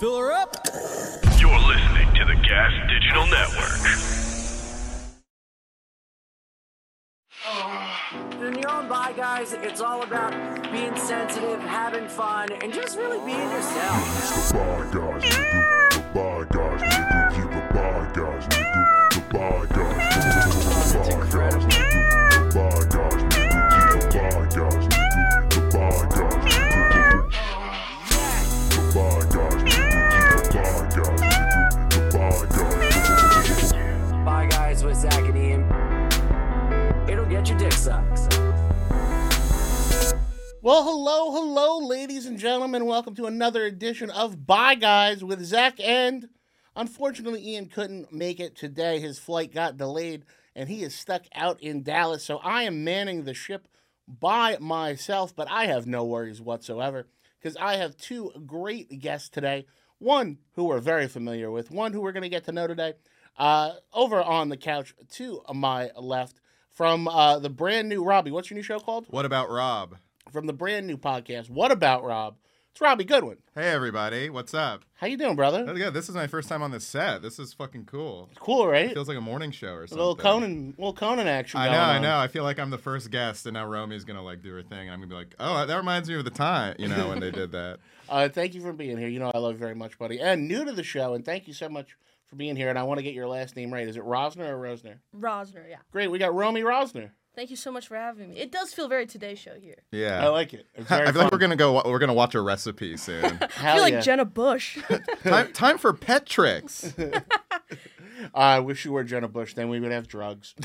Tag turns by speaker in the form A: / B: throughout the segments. A: Fill her up.
B: You're listening to the Gas Digital Network.
C: In your own bye, guys, it's all about being sensitive, having fun, and just really being yourself.
D: It's the bad guys, nigga. The bad guys, nigga. You the bad guys, nigga. The bad guys, nigga. The bad guys, nigga. The bad guys, nigga. You the bad guys, nigga. The bad guys, nigga. The bad guys, nigga. You the bad guys, nigga. The bad guys, nigga.
C: Bye, guys, with Zach and Ian. It'll get your dick sucked.
E: Well, hello, hello, ladies and gentlemen. Welcome to another edition of Bye Guys with Zach. And unfortunately, Ian couldn't make it today. His flight got delayed and he is stuck out in Dallas. So I am manning the ship by myself, but I have no worries whatsoever because I have two great guests today. One who we're very familiar with, one who we're going to get to know today. Uh, over on the couch to my left from uh, the brand new Robbie. What's your new show called?
F: What about Rob?
E: from the brand new podcast. What about Rob? It's Robbie Goodwin.
F: Hey everybody, what's up?
E: How you doing,
F: That's
E: brother?
F: good. This is my first time on this set. This is fucking cool.
E: Cool, right?
F: It feels like a morning show or
E: A
F: something.
E: little Conan, little Conan action.
F: I know,
E: going
F: I
E: on.
F: know. I feel like I'm the first guest, and now Romy's gonna like do her thing, and I'm gonna be like, oh, that reminds me of the time, you know, when they did that.
E: Uh, thank you for being here. You know I love you very much, buddy. And new to the show, and thank you so much for being here. And I want to get your last name right. Is it Rosner or Rosner?
G: Rosner, yeah.
E: Great, we got Romy Rosner.
G: Thank you so much for having me. It does feel very Today Show here.
F: Yeah,
E: I like it. It's very
F: I feel like
E: fun.
F: we're gonna go. wa- We're gonna watch a recipe soon.
G: I
E: Hell
G: feel like
E: yeah.
G: Jenna Bush.
F: time, time for pet tricks.
E: I wish you were Jenna Bush. Then we would have drugs.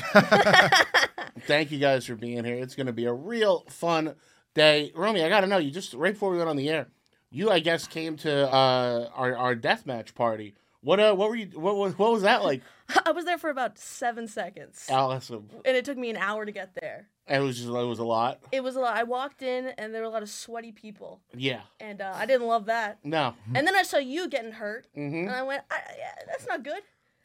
E: Thank you guys for being here. It's going to be a real fun day. Romy, I got to know you just right before we went on the air. You, I guess, came to uh, our our death match party. What uh, what were you? What was what was that like?
G: I was there for about seven seconds,
E: Awesome.
G: and it took me an hour to get there.
E: It was just it was a lot.
G: It was a lot. I walked in, and there were a lot of sweaty people,
E: Yeah.
G: and uh, I didn't love that.
E: No.
G: And then I saw you getting hurt,
E: Mm-hmm.
G: and I went, I, yeah, "That's not good."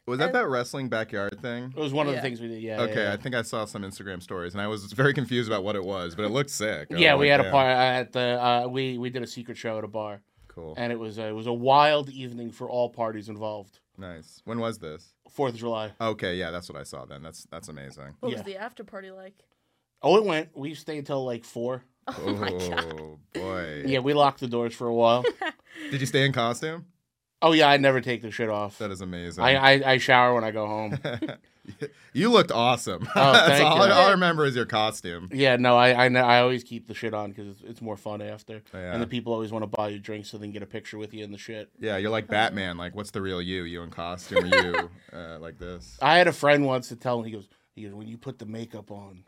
F: Was that that wrestling backyard thing?
E: It was one of the
G: Yeah.
E: things we did. Oh, Yeah. yeah,
F: Okay,
E: Yeah,
F: I think I saw some Instagram stories, and I was very confused about what it was, but it looked sick. I
E: Yeah,
F: was
E: we
F: like,
E: had a
F: "Damn,
E: part at the uh, we we did a secret show at a bar,
F: Cool,
E: and it was uh, it was a wild evening for all parties involved.
F: nice. When was this?
E: Fourth of July.
F: Okay, yeah, that's what I saw then. That's that's amazing.
G: What
E: Yeah.
G: was the after party like?
E: Oh, it went. We stayed till like four.
G: Oh, my god!
F: boy.
E: Yeah, we locked the doors for a while.
F: Did you stay in costume?
E: oh yeah, I never take the shit off.
F: That is amazing.
E: I, I I shower when I go home.
F: you looked awesome.
E: Oh,
F: that's
E: thank
F: all,
E: you.
F: I, all I remember is your costume.
E: yeah, no, I I, ne- I always keep the shit on because it's, it's more fun after.
F: Yeah.
E: And the people always want to buy you drinks so they can get a picture with you and the shit.
F: Yeah, you're like Batman. Like, what's the real you? You in costume? or you uh, like this?
E: I had a friend once to tell me he goes he goes when you put the makeup on,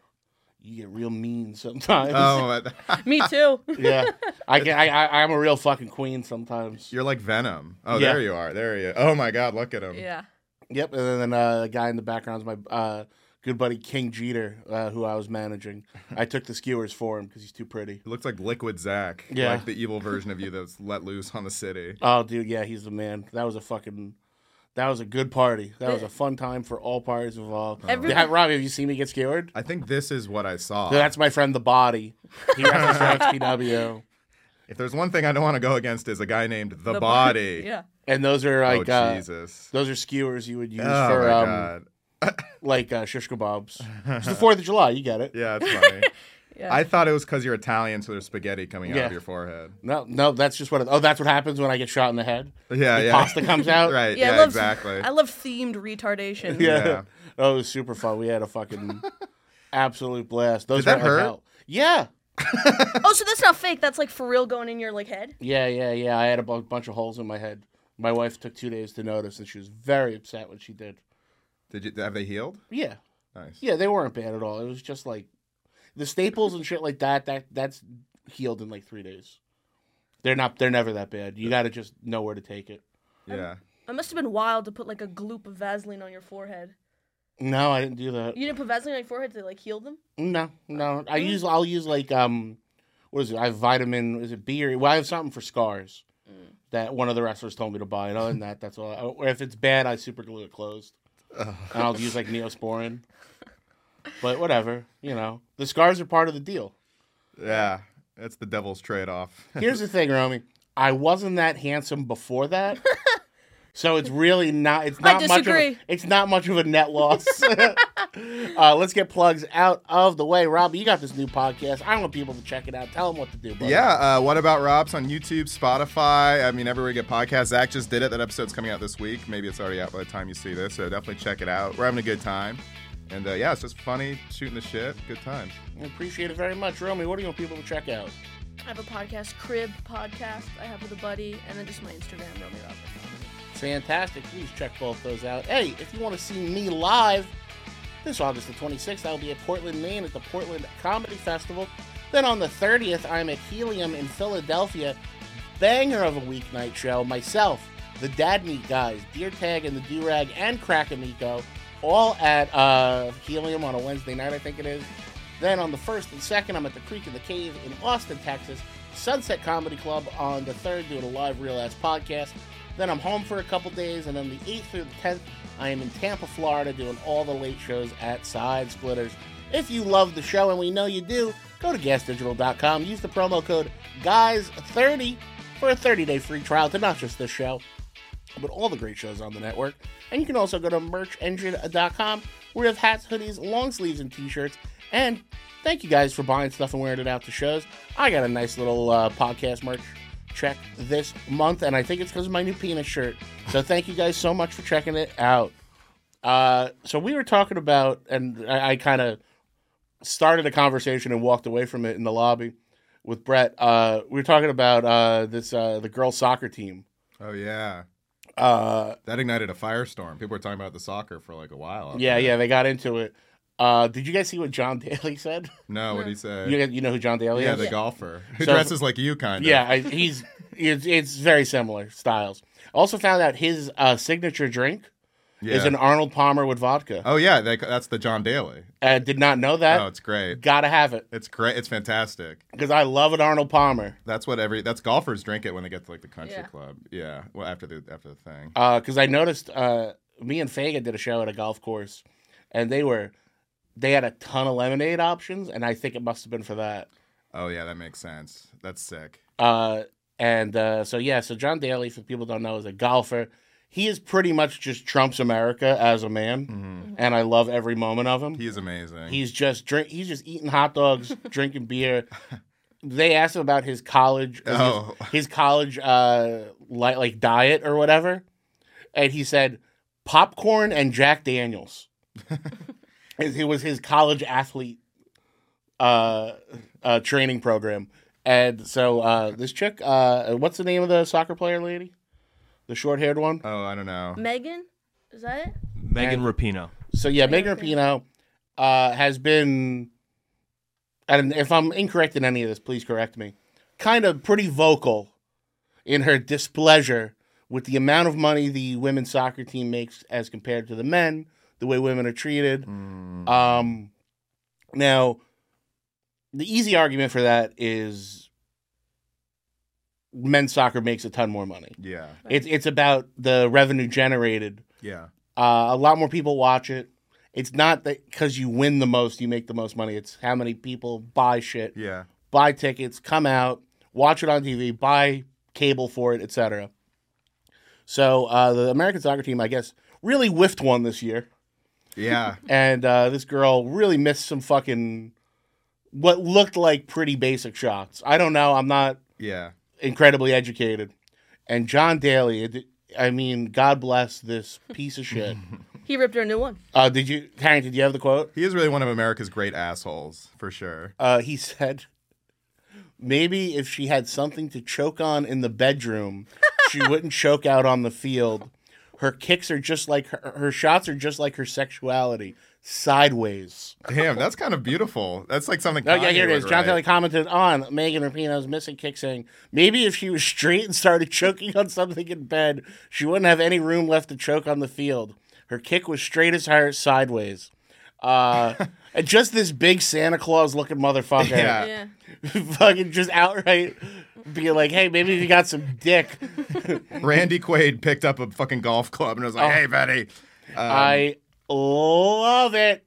E: you get real mean sometimes.
F: Oh, I-
G: Me
E: Ah.
G: too.
E: yeah, I get I, I I'm a real fucking queen sometimes.
F: you're like Venom. Oh,
E: Yeah.
F: there you are. There you. Oh my God, look at him.
G: yeah.
E: Yep, and then uh, the guy in the background is my uh, good buddy King Jeter, uh, who I was managing. I took the skewers for him because he's too pretty.
F: He looks like Liquid Zack.
E: Yeah.
F: Like the evil version of you that's let loose on the city.
E: Oh, dude, yeah, he's the man. That was a fucking, that was a good party. That was a fun time for all parties involved.
G: Every-
E: Yeah, Robbie, have you seen me get skewered?
F: I think this is what I saw.
E: That's my friend the Body. He wrestles for XPW,
F: if there's one thing I don't want to go against is a guy named the,
G: The bar-
F: Body.
G: Yeah.
E: and those are like,
F: oh
E: uh,
F: Jesus.
E: those are skewers you would use
F: Oh
E: for
F: my
E: um,
F: God.
E: like uh, shish kebabs. It's the Fourth of July. You get it?
F: Yeah, it's funny.
G: Yeah.
F: I thought it was because you're Italian, so there's spaghetti coming out
E: Yeah.
F: of your forehead.
E: No, no, that's just what. It, oh, that's what happens when I get shot in the head.
F: Yeah,
E: The
F: yeah.
E: pasta comes out.
F: Right.
G: I
F: Yeah,
G: love,
F: exactly.
G: I love themed retardation.
E: Yeah.
F: Yeah.
E: Oh, it was super fun. We had a fucking absolute blast. Those
F: Did that
E: went like
F: hurt?
E: hell. Yeah.
G: Oh, so that's not fake. That's like for real going in your like head.
E: Yeah, yeah, yeah. I had a bu- bunch of holes in my head. My wife took two days to notice, and she was very upset when she did.
F: Did you have they healed?
E: Yeah,
F: Nice.
E: yeah, they weren't bad at all. It was just like the staples and shit like that. That that's healed in like three days. They're not. They're never that bad. You got to just know where to take it.
F: Yeah.
G: It must have been wild to put like a gloop of Vaseline on your forehead.
E: No, I didn't do that.
G: You didn't put Vaseline on your forehead to like heal them?
E: No, no. I use. I'll use like um, what is it? I have vitamin. Is it B or? Well, I have something for scars that one of the wrestlers told me to buy. And other than that, that's all. I, or if it's bad, I super glue it closed, and I'll use like Neosporin. But whatever, you know, the scars are part of the deal.
F: Yeah. That's the devil's trade off.
E: Here's the thing, Romy. I wasn't that handsome before that. So it's really not. It's
G: I
E: not much. Of a,
G: disagree.
E: it's not much of a net loss. uh, let's get plugs out of the way. Robbie, you got this new podcast. I want people to check it out. Tell them what to do. Brother.
F: Yeah, uh, what about Rob's on YouTube, Spotify? I mean, everywhere you get podcasts. Zach just did it. That episode's coming out this week. Maybe it's already out by the time you see this, so definitely check it out. We're having a good time. And uh, yeah, it's just funny, shooting the shit, good times.
E: I appreciate it very much, Romy. What do you want people to check out?
G: I have a podcast, Crib Podcast, I have with a buddy, and then just my Instagram, Romy Robert.
E: Fantastic. Please check both those out. Hey, if you want to see me live this August the 26th, I'll be at Portland, Maine at the Portland Comedy Festival. Then on the 30th, I'm at Helium in Philadelphia. Banger of a weeknight show. Myself, the Dad Meat guys, Deer Tag and the Do Rag, and Crackamico, all at uh, Helium on a Wednesday night, I think it is. Then on the 1st and 2nd, I'm at the Creek in the Cave in Austin, Texas. Sunset Comedy Club on the 3rd, doing a live Real Ass podcast. Then I'm home for a couple days, and then the 8th through the 10th, I am in Tampa, Florida, doing all the late shows at Side Splitters. If you love the show, and we know you do, go to gasdigital.com, use the promo code GUYS30 for a 30 day free trial to not just this show, but all the great shows on the network. And you can also go to merchengine.com where we have hats, hoodies, long sleeves, and t shirts. And thank you guys for buying stuff and wearing it out to shows. I got a nice little uh, podcast merch check this month, and I think it's because of my new penis shirt. So thank you guys so much for checking it out. Uh, so we were talking about, and I, I kind of started a conversation and walked away from it in the lobby with Brett. Uh, we were talking about uh, this uh, the girls soccer team.
F: Oh, yeah.
E: Uh,
F: That ignited a firestorm. People were talking about the soccer for like a while.
E: Yeah, yeah, they got into it. Uh, did you guys see what John Daly said?
F: No, what'd he say?
E: You, you know who John Daly
F: yeah,
E: is?
F: the golfer who
E: So-
F: dresses like you, kind of.
E: yeah, I, he's it's, it's very similar styles. Also found out his uh, signature drink
F: yeah.
E: is an Arnold Palmer with vodka.
F: oh yeah, they, that's the John Daly.
E: I did not know that.
F: oh, it's great.
E: Gotta have it
F: It's great. It's fantastic.
E: because I love an Arnold Palmer.
F: That's what every that's golfers drink it when they get to like the country
G: Yeah.
F: club. Yeah. Well, after the after the thing.
E: Because I noticed uh, me and Fagan did a show at a golf course, and they were they had a ton of lemonade options, and I think it must have been for that.
F: Oh yeah, that makes sense. That's sick.
E: Uh, and uh, so yeah, so John Daly, for people who don't know, is a golfer. He is pretty much just Trump's America as a man, and I love every moment of him.
F: He is amazing.
E: He's just drink. He's just eating hot dogs, drinking beer. They asked him about his college,
F: Oh.
E: his, his college uh, like like diet or whatever, and he said popcorn and Jack Daniels. it, it was his college athlete uh, uh, training program, and so uh, this chick, uh, what's the name of the soccer player lady, the short haired one?
F: oh, I don't know.
G: Megan? Is that it?
A: Megan Rapino.
E: So yeah, Megan Rapinoe uh, has been, and if I'm incorrect in any of this, please correct me. Kind of pretty vocal in her displeasure with the amount of money the women's soccer team makes as compared to the men, the way women are treated. Um, now, the easy argument for that is men's soccer makes a ton more money.
F: Yeah.
E: It's it's about the revenue generated
F: Yeah.
E: uh, a lot more people watch it. It's not that because you win the most, you make the most money. It's how many people buy shit,
F: Yeah.
E: buy tickets, come out, watch it on TV, buy cable for it, etc. So uh, the American soccer team, I guess, really whiffed one this year,
F: Yeah.
E: and uh, this girl really missed some fucking what looked like pretty basic shots. I don't know. I'm not
F: Yeah.
E: incredibly educated, and John Daly. it- I mean, God bless this piece of shit.
G: He ripped her a new one.
E: Uh, did you, Harry? Did you have the quote?
F: He is really one of America's great assholes, for sure.
E: Uh, he said, "Maybe if she had something to choke on in the bedroom, she wouldn't choke out on the field. Her kicks are just like her, her shots are just like her sexuality. Sideways.
F: Damn, that's kind of beautiful. That's like something.
E: Oh, yeah,
F: Kanye
E: here it is.
F: would
E: John
F: write.
E: Kelly commented on Megan Rapinoe's missing kick, saying, Maybe if she was straight and started choking on something in bed, she wouldn't have any room left to choke on the field. Her kick was straight as her sideways. Uh, and just this big Santa Claus looking motherfucker.
F: Yeah.
G: Yeah.
E: fucking just outright being like, Hey, maybe if you got some dick,
F: Um, Randy Quaid picked up a fucking golf club and was
E: Oh.
F: like, "Hey, buddy."
E: I love it.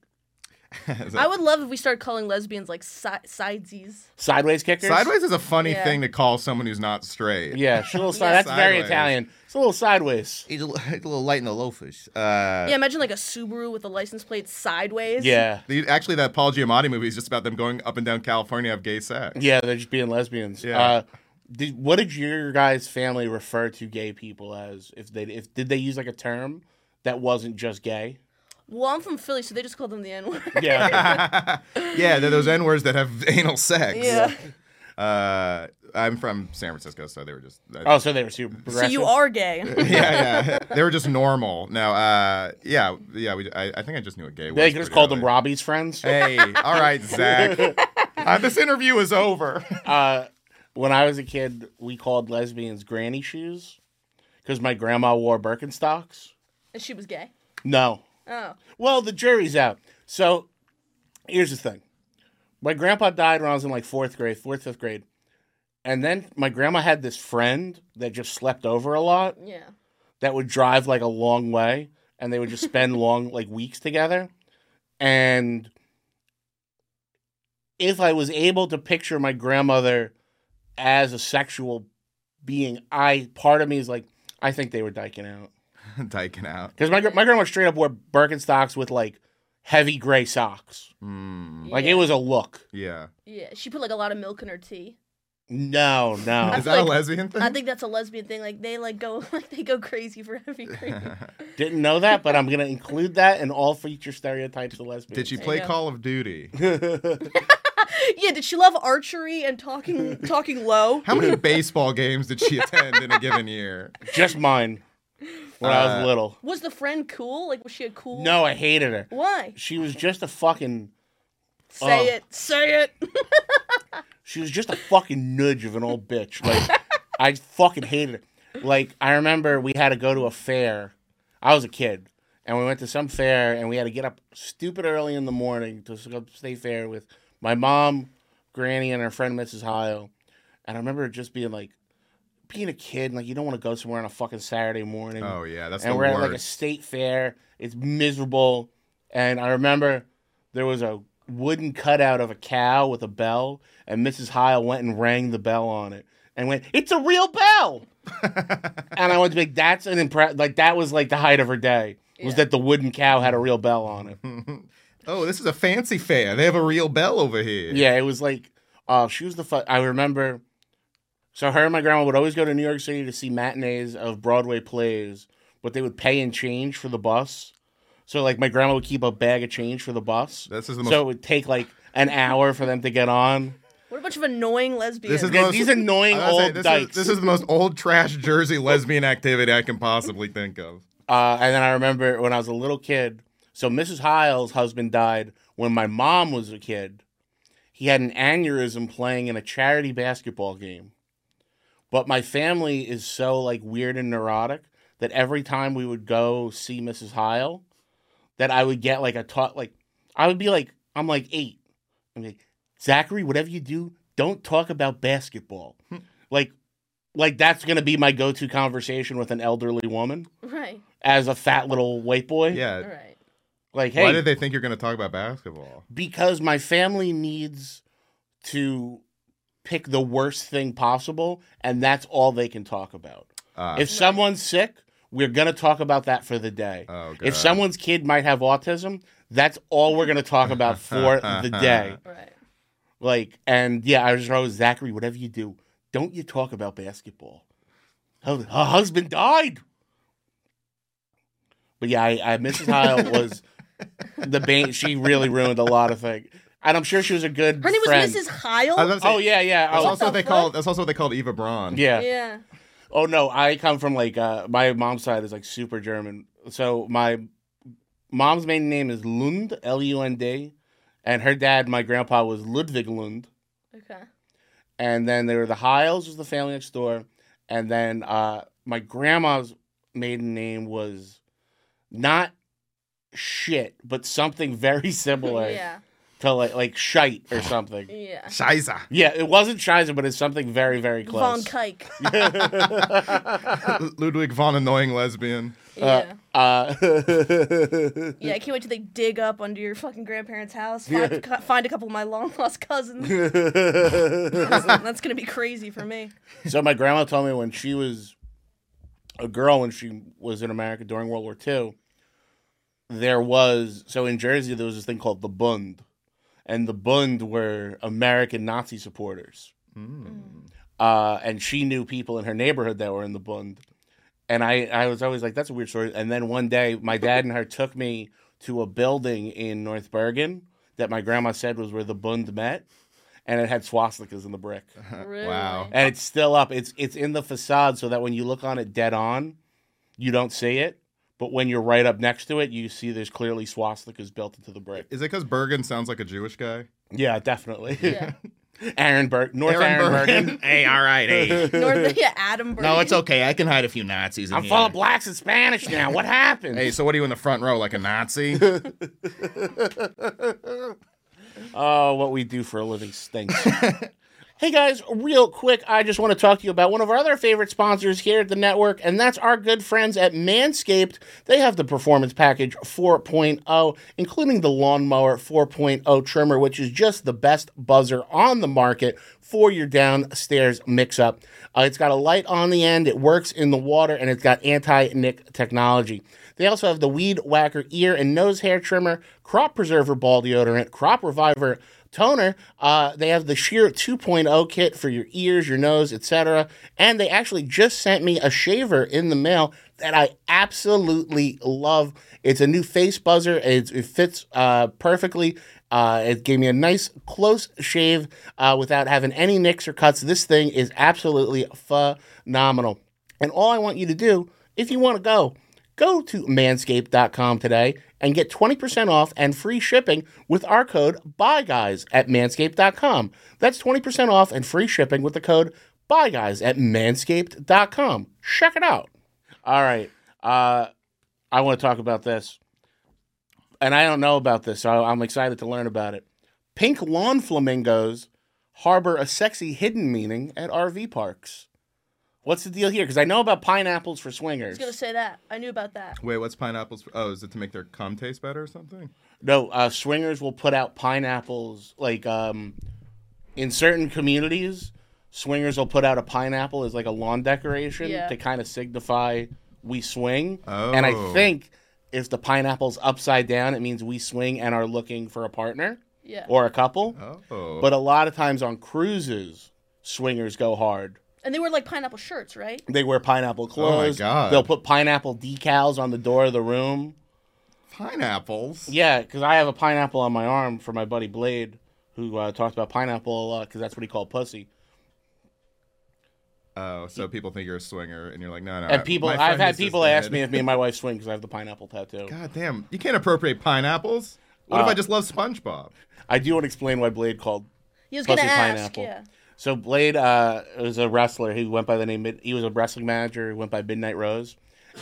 G: I would love if we started calling lesbians like si- sidesies.
E: Sideways kickers?
F: Sideways is a funny
G: Yeah.
F: thing to call someone who's not straight.
E: Yeah, she's a little side- that's very
F: Sideways.
E: Italian. It's a little sideways.
F: He's a, li- a little light in the loafers. Uh,
G: Yeah, imagine like a Subaru with a license plate sideways.
E: Yeah.
F: the, actually, that Paul Giamatti movie is just about them going up and down California of gay sex.
E: Yeah, they're just being lesbians.
F: Yeah.
E: Uh, did, what did your guys' family refer to gay people as? If they if did they use like a term that wasn't just gay?
G: Well, I'm from Philly, so they just call them the N word.
E: Yeah.
F: Yeah, they're those N words that have anal sex.
G: Yeah.
F: Uh, I'm from San Francisco, so they were just.
E: oh, so they were super
G: So
E: progressive.
G: you are gay.
F: yeah, yeah. They were just normal. No, uh, yeah, yeah. We, I, I think I just knew what gay was.
E: They
F: pretty
E: just called them
F: early.
E: Robbie's friends.
F: Hey, all right, Zach. Uh, this interview is over.
E: When I was a kid, we called lesbians granny shoes because my grandma wore Birkenstocks.
G: and she was gay.
E: No.
G: Oh.
E: Well, the jury's out. So here's the thing. My grandpa died when I was in like fourth grade, fourth, fifth grade. And then my grandma had this friend that just slept over a lot
G: Yeah.
E: that would drive like a long way and they would just spend long, like weeks together. And if I was able to picture my grandmother as a sexual being, I part of me is like, I think they were diking out.
F: Dyking out.
E: Because my gr- my grandma straight up wore Birkenstocks with like heavy gray socks.
F: Mm,
E: Like
G: yeah.
E: it was a look.
F: yeah.
G: Yeah. She put like a lot of milk in her tea.
E: No, no.
F: Is that a
G: Like,
F: lesbian thing?
G: I think that's a lesbian thing. Like they like go like they go crazy for heavy cream.
E: Didn't know that, but I'm gonna include that in all future stereotypes of lesbians.
F: Did she play
G: go.
F: Call of Duty?
G: yeah, did she love archery and talking talking low?
F: How many baseball games did she attend in a given year?
E: Just mine. When I
F: Uh,
E: was little.
G: Was the friend cool? Like was she a cool
E: No, I hated her.
G: Why?
E: She was just a fucking.
G: Say
E: Oh.
G: it. Say it.
E: She was just a fucking nudge of an old bitch. Like I fucking hated her. Like I remember we had to go to a fair. I was a kid, and we went to some fair, and we had to get up stupid early in the morning to s- go state fair with my mom, Granny, and our friend Mrs. Hyle. And I remember just being like, being a kid, and, like you don't want to go somewhere on a fucking Saturday morning.
F: Oh yeah, that's
E: and
F: the
E: we're at like a
F: worst.
E: state fair. It's miserable. And I remember there was a wooden cutout of a cow with a bell, and Mrs. Hyle went and rang the bell on it and went, "It's a real bell." and I went to be like, "That's an impress." Like that was like the height of her day was that the wooden cow had a real bell on it.
F: oh, this is a fancy fair. They have a real bell over here.
E: Yeah, it was like, uh, she was the fu- I remember. So her and my grandma would always go to New York City to see matinees of Broadway plays, but they would pay in change for the bus. So like my grandma would keep a bag of change for the bus.
F: This is the
E: so
F: most-
E: it would take like an hour for them to get on.
G: What a bunch of annoying lesbians.
F: This is the
E: Th-
F: most-
E: These annoying
F: I was gonna
E: old
F: say, this,
E: dykes.
F: is, this is the most old trash Jersey lesbian activity I can possibly think of.
E: Uh, and then I remember when I was a little kid. So Mrs. Hiles' husband died when my mom was a kid. He had an aneurysm playing in a charity basketball game. But my family is so like weird and neurotic that every time we would go see Mrs. Hile, that I would get like a talk like I would be like I'm like eight. I'm like Zachary, whatever you do, don't talk about basketball. like, like that's gonna be my go-to conversation with an elderly woman
G: right.
E: as a fat little white boy.
F: Yeah.
G: All right.
E: Like, hey,
F: Why did they think you're going to talk about basketball?
E: because my family needs to pick the worst thing possible, and that's all they can talk about.
F: Ah.
E: if someone's sick, we're going to talk about that for the day.
F: Oh, God.
E: if someone's kid might have autism, that's all we're going to talk about for the day.
G: All right.
E: Like, and yeah, I was always Zachary, whatever you do, don't you talk about basketball. Her, her husband died. But yeah, I, I Mrs. Hyle was the bane. She really ruined a lot of things. And I'm sure she was a good
G: Her name
E: friend.
G: was Mrs. Heil.
F: I was about to say,
E: Oh, yeah, yeah.
F: That's
E: Oh,
F: also
G: the
F: what they
G: fuck?
F: called. That's also what they called Eva Braun.
E: yeah.
G: yeah.
E: Oh, no. I come from like, uh, my mom's side is like super German. So my mom's maiden name is Lund, L U N D, and her dad, my grandpa, was Ludwig Lund.
G: Okay.
E: And then there were the Hiles, was the family next door. And then uh, my grandma's maiden name was not shit, but something very similar
G: Yeah.
E: to like like shite or something.
G: Yeah.
F: Shiza.
E: Yeah, it wasn't Shiza, but it's something very very
G: Von
E: close.
G: Kike.
F: Ludwig von Annoying Lesbian.
G: yeah.
E: uh,
G: Yeah, I can't wait till they dig up under your fucking grandparents' house, find, cu- find a couple of my long lost cousins.
E: uh,
G: That's, that's gonna be crazy for me.
E: So my grandma told me when she was a girl, when she was in America during World War II, there was so in Jersey there was this thing called the Bund, and the Bund were American Nazi supporters. Uh, and she knew people in her neighborhood that were in the Bund, and I I was always like that's a weird story. And then one day my dad and her took me to a building in North Bergen that my grandma said was where the Bund met, and it had swastikas in the brick
G: Really?
F: Wow.
E: and it's still up. It's it's in the facade so that when you look on it dead on, you don't see it. But when you're right up next to it, you see there's clearly swastikas built into the brick.
F: Is it because Bergen sounds like a Jewish guy?
E: Yeah, definitely.
G: Yeah.
E: Aaron Berg, North Aaron, Bergen.
H: hey, all right, hey.
G: North, yeah, Adam.
H: No,
G: Bergen.
H: it's okay. I can hide a few Nazis in
E: I'm
H: here.
E: full of blacks and Spanish now. What happened?
F: Hey, so what are you in the front row, like a Nazi? All
E: Oh, what we do for a living stinks. hey guys, real quick, I just want to talk to you about one of our other favorite sponsors here at the network, and that's our good friends at Manscaped. They have the Performance Package 4.0, including the Lawnmower 4.0 trimmer, which is just the best buzzer on the market for your downstairs mix up. Uh, it's got a light on the end, it works in the water, and it's got anti nick technology. They also have the Weed Whacker ear and nose hair trimmer, crop preserver ball deodorant, crop reviver toner. Uh, they have the Sheer 2.0 kit for your ears, your nose, etc. And they actually just sent me a shaver in the mail that I absolutely love. It's a new face buzzer. It's, it fits uh, perfectly. Uh, it gave me a nice close shave uh, without having any nicks or cuts. This thing is absolutely phenomenal. And all I want you to do, if you want to go, go to manscaped.com today and get 20% off and free shipping with our code BUYGUYS at manscaped.com. That's 20% off and free shipping with the code BUYGUYS at manscaped.com. Check it out. All right. Uh, I want to talk about this. And I don't know about this, so I'm excited to learn about it. Pink lawn flamingos harbor a sexy hidden meaning at RV parks. What's the deal here? Because I know about pineapples for
G: I
E: swingers.
G: was gonna say that. I knew about that.
F: Wait, what's pineapples? For? Oh, is it to make their cum taste better or something?
E: No, uh, swingers will put out pineapples. Like um, in certain communities, swingers will put out a pineapple as like a lawn decoration
G: Yeah.
E: to kind of signify we swing.
F: Oh.
E: And I think if the pineapple's upside down, it means we swing and are looking for a partner
G: Yeah.
E: or a couple.
F: Oh,
E: But a lot of times on cruises, swingers go hard.
G: and they were like pineapple shirts, right?
E: They wear pineapple clothes.
F: Oh God.
E: They'll put pineapple decals on the door of the room.
F: pineapples.
E: Yeah, because I have a pineapple on my arm for my buddy Blade, who uh, talks about pineapple a lot because that's what he called pussy.
F: Oh, so people think you're a swinger, and you're like, no, no.
E: And
F: I-
E: people,
F: my friend
E: I've had
F: is just
E: people ask
F: dead.
E: me if me and my wife swing because I have the pineapple tattoo.
F: God damn, you can't appropriate pineapples. What
E: Uh.
F: if I just love SpongeBob?
E: I do want to explain why Blade called.
G: He was
E: Pussy
G: gonna ask.
E: pineapple.
G: Yeah.
E: So Blade uh, was a wrestler. He went by the name. Mid- He was a wrestling manager. He went by Midnight Rose,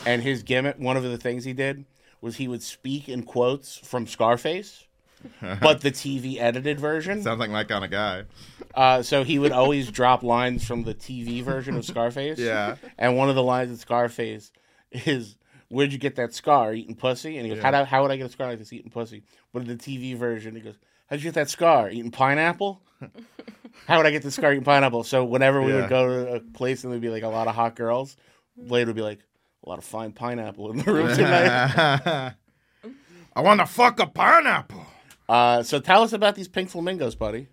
E: and his gimmick. One of the things he did was he would speak in quotes from Scarface, but the TV edited version.
F: Sounds like my kind of guy.
E: Uh, so he would always drop lines from the TV version of Scarface.
F: Yeah.
E: And one of the lines in Scarface is, "Where'd you get that scar? Eating pussy?" And he goes, "How do, how would I get a scar like this? Eating pussy." But in the TV version, he goes, "How'd you get that scar? Eating pineapple?" how would I get the scar eating pineapple? So whenever we
F: Yeah.
E: would go to a place and there'd be like a lot of hot girls, Blade would be like, "A lot of fine pineapple in the room tonight."
F: I want to fuck a pineapple.
E: uh, so tell us about these pink flamingos, buddy.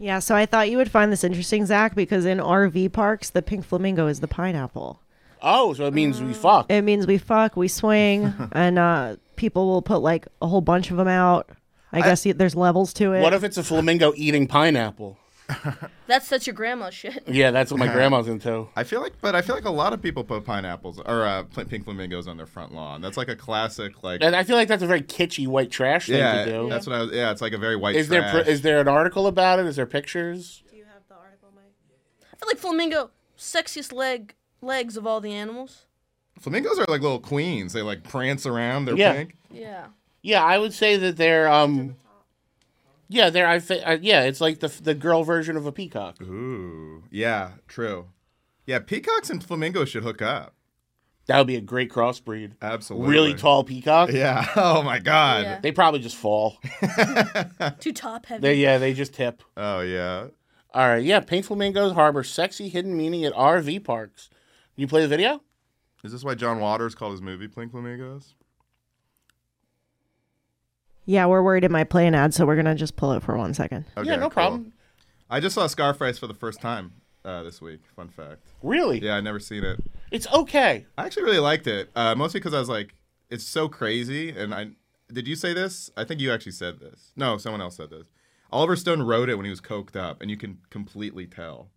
I: Yeah, so I thought you would find this interesting, Zach, because in RV parks, the pink flamingo is the pineapple.
E: Oh, so it means we fuck.
I: It means we fuck, we swing, and uh, people will put like a whole bunch of them out. I, guess y- there's levels to it.
E: What if it's a flamingo eating pineapple?
G: That's such your grandma's shit.
E: Yeah, that's what my
F: Uh-huh.
E: grandma's into.
F: I feel like, but I feel like a lot of people put pineapples or uh, pl- pink flamingos on their front lawn. That's like a classic, like
E: And I feel like that's a very kitschy white trash thing
F: yeah,
E: to do.
F: that's what I was. Yeah, it's like a very white.
E: is there
F: trash.
E: pr- is there an article about it? Is there pictures?
G: I feel like flamingo, sexiest leg legs of all the animals.
F: flamingos are like little queens? They like prance around. They're
E: Yeah.
F: pink.
G: Yeah.
E: Yeah, I would say that they're um. Yeah, they're I, thi- I yeah, it's like the f- the girl version of a peacock.
F: Mm-hmm. Ooh, yeah, true. Yeah, peacocks and flamingos should hook up.
E: That would be a great crossbreed.
F: Absolutely.
E: Really tall peacock.
F: Yeah. Oh my god.
G: Yeah.
E: They probably just fall.
G: Too top heavy.
E: They yeah, they just tip.
F: Oh yeah.
E: All right, yeah. Pink flamingos harbor sexy hidden meaning at RV parks. You play the video?
F: Is this why John Waters called his movie "Pink Flamingos"?
I: Yeah, we're worried it might play an ad, so we're gonna just pull it for one second.
E: yeah, no
F: cool.
E: problem.
F: I just saw Scarface for the first time uh, this week. Fun fact.
E: Really?
F: Yeah, I never seen it.
E: It's okay.
F: I actually really liked it, uh, mostly because I was like, it's so crazy. And I did you say this? I think you actually said this. No, someone else said this. Oliver Stone wrote it when he was coked up, and you can completely tell.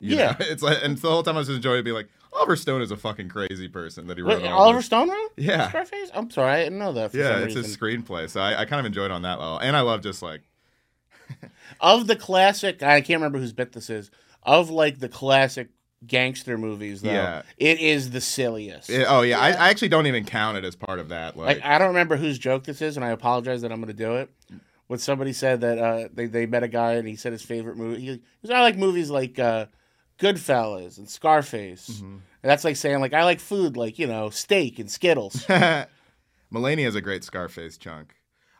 F: You
E: Yeah.
F: know? it's like, and the whole time I was just enjoying it, being like, Oliver Stone is a fucking crazy person that he wrote.
E: Wait,
F: all
E: Oliver
F: this-
E: Stone wrote
F: Yeah.
E: Scarface? I'm sorry, I didn't know that. For
F: Yeah,
E: some
F: it's
E: reason.
F: his screenplay, so I, I kind of enjoyed it on that level, and I love just like
E: of the classic i can't remember whose bit this is of like the classic gangster movies though
F: Yeah.
E: it is the silliest
F: Yeah, oh yeah, I, I actually don't even count it as part of that. Like,
E: like i don't remember whose joke this is and i apologize that i'm gonna do it when somebody said that uh, they, they met a guy and he said his favorite movie he, he was i like movies like uh, goodfellas and scarface
F: Mm-hmm.
E: And that's like saying like i like food like you know steak and skittles
F: Mulaney has a great Scarface chunk.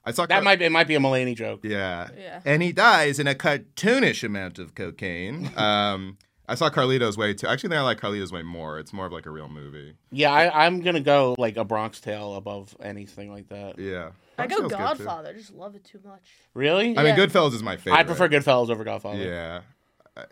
F: I saw
E: that might be, it might be a Mulaney joke
F: yeah.
G: Yeah.
F: and he dies in a cartoonish amount of cocaine. um, I saw Carlito's Way too. Actually, I think I like Carlito's Way more. It's more of like a real movie.
E: yeah I, i'm gonna go like a bronx tale above anything like that
F: Yeah,
G: I
F: Foxtail's
G: go
F: good, too.
G: Godfather. I just love it too much.
E: really
F: I mean,
G: Yeah.
F: Goodfellas is my favorite.
E: i prefer goodfellas over godfather
F: Yeah,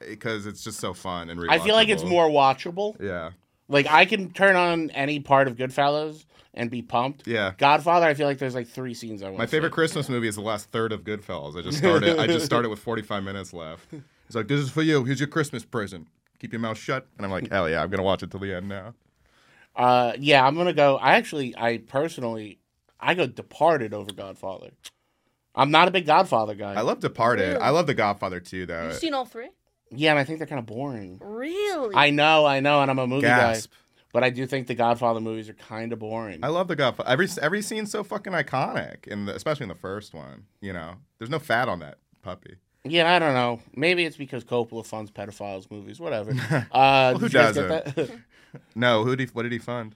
F: because it's just so fun and.
E: I feel like it's
F: rewatchable.
E: more watchable.
F: Yeah.
E: Like I can turn on any part of Goodfellas and be pumped.
F: Yeah.
E: Godfather, I feel like there's like three scenes I want.
F: My favorite Christmas movie is the last third of Goodfellas. I just started. I just started with 45 minutes left. It's like, "This is for you. Here's your Christmas present. Keep your mouth shut." And I'm like, "Hell yeah, I'm gonna watch it till the end now."
E: Uh, yeah, I'm gonna go. I actually, I personally, I go Departed over Godfather. I'm not a big Godfather guy.
F: I love Departed. I love The Godfather too, though.
G: You've seen all three?
E: yeah, and I think they're kind of boring.
G: Really?
E: I know, I know, and I'm a movie
F: Gasp.
E: guy, but I do think the Godfather movies are kind of boring.
F: I love The Godfather. Every every scene's so fucking iconic, and especially in the first one. You know, there's no fat on that puppy.
E: yeah, I don't know. Maybe it's because Coppola funds pedophiles movies. Whatever. Uh,
F: who
E: did you guys get
F: doesn't?
E: that?
F: No, who did he, what did he fund?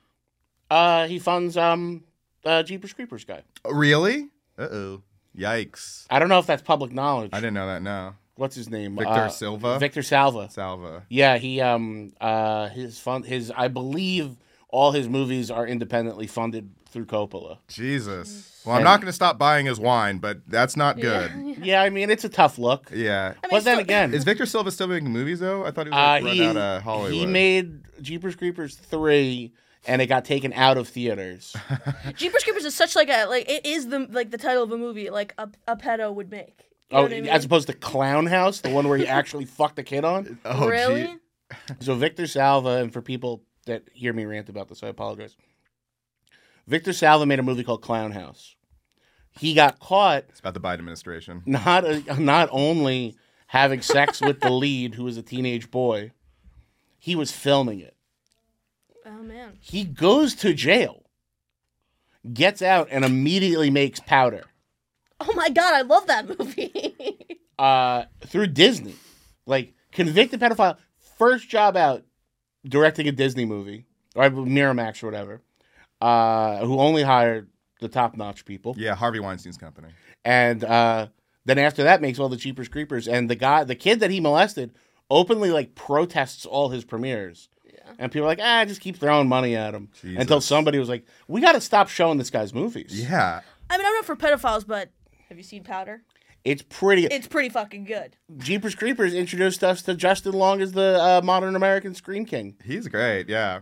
E: uh, he funds um, uh, Jeepers Creepers guy.
F: Really? Uh oh. Yikes.
E: I don't know if that's public knowledge.
F: I didn't know that. No.
E: What's his name?
F: Victor
E: Uh,
F: Silva?
E: Victor Salva.
F: Salva.
E: yeah, he um uh his fund his I believe all his movies are independently funded through Coppola.
F: Jesus. Well, I'm not going to stop buying his wine, but that's not good.
E: Yeah, I mean it's a tough look.
F: Yeah.
G: I mean,
E: But then
G: so-
E: again,
F: Is Victor Silva still making movies though? I thought he was
E: uh,
F: like,
E: he
F: run out of Hollywood.
E: he made Jeepers Creepers three and it got taken out of theaters.
G: Jeepers Creepers is such like a like it is the like the title of a movie like a, a pedo would make. You know
E: oh,
G: what I mean?
E: as opposed to Clown House, the one where he actually fucked a kid on.
F: oh, gee.
G: really?
E: So Victor Salva, and for people that hear me rant about this, I apologize. Victor Salva made a movie called Clown House. He got caught
F: It's about the Biden administration.
E: not uh, not only having sex with the lead, who was a teenage boy, he was filming it.
G: Oh man.
E: He goes to jail, gets out, and immediately makes powder
G: Oh my god, I love that movie.
E: uh, through Disney. Like convicted pedophile, first job out directing a Disney movie or Miramax or whatever, uh, who only hired the top notch people.
F: Yeah, Harvey Weinstein's company.
E: and uh, then after that makes all the cheapers creepers and the guy the kid that he molested openly like protests all his premieres and people are like ah just keep throwing money at him until
F: Jesus.
E: somebody was like we got to stop showing this guy's movies
F: Yeah.
G: I mean, I'm not for pedophiles, but have you seen Powder?
E: it's pretty
G: It's pretty fucking good.
E: jeepers creepers introduced us to justin long as the uh, modern american scream king
F: He's great, yeah.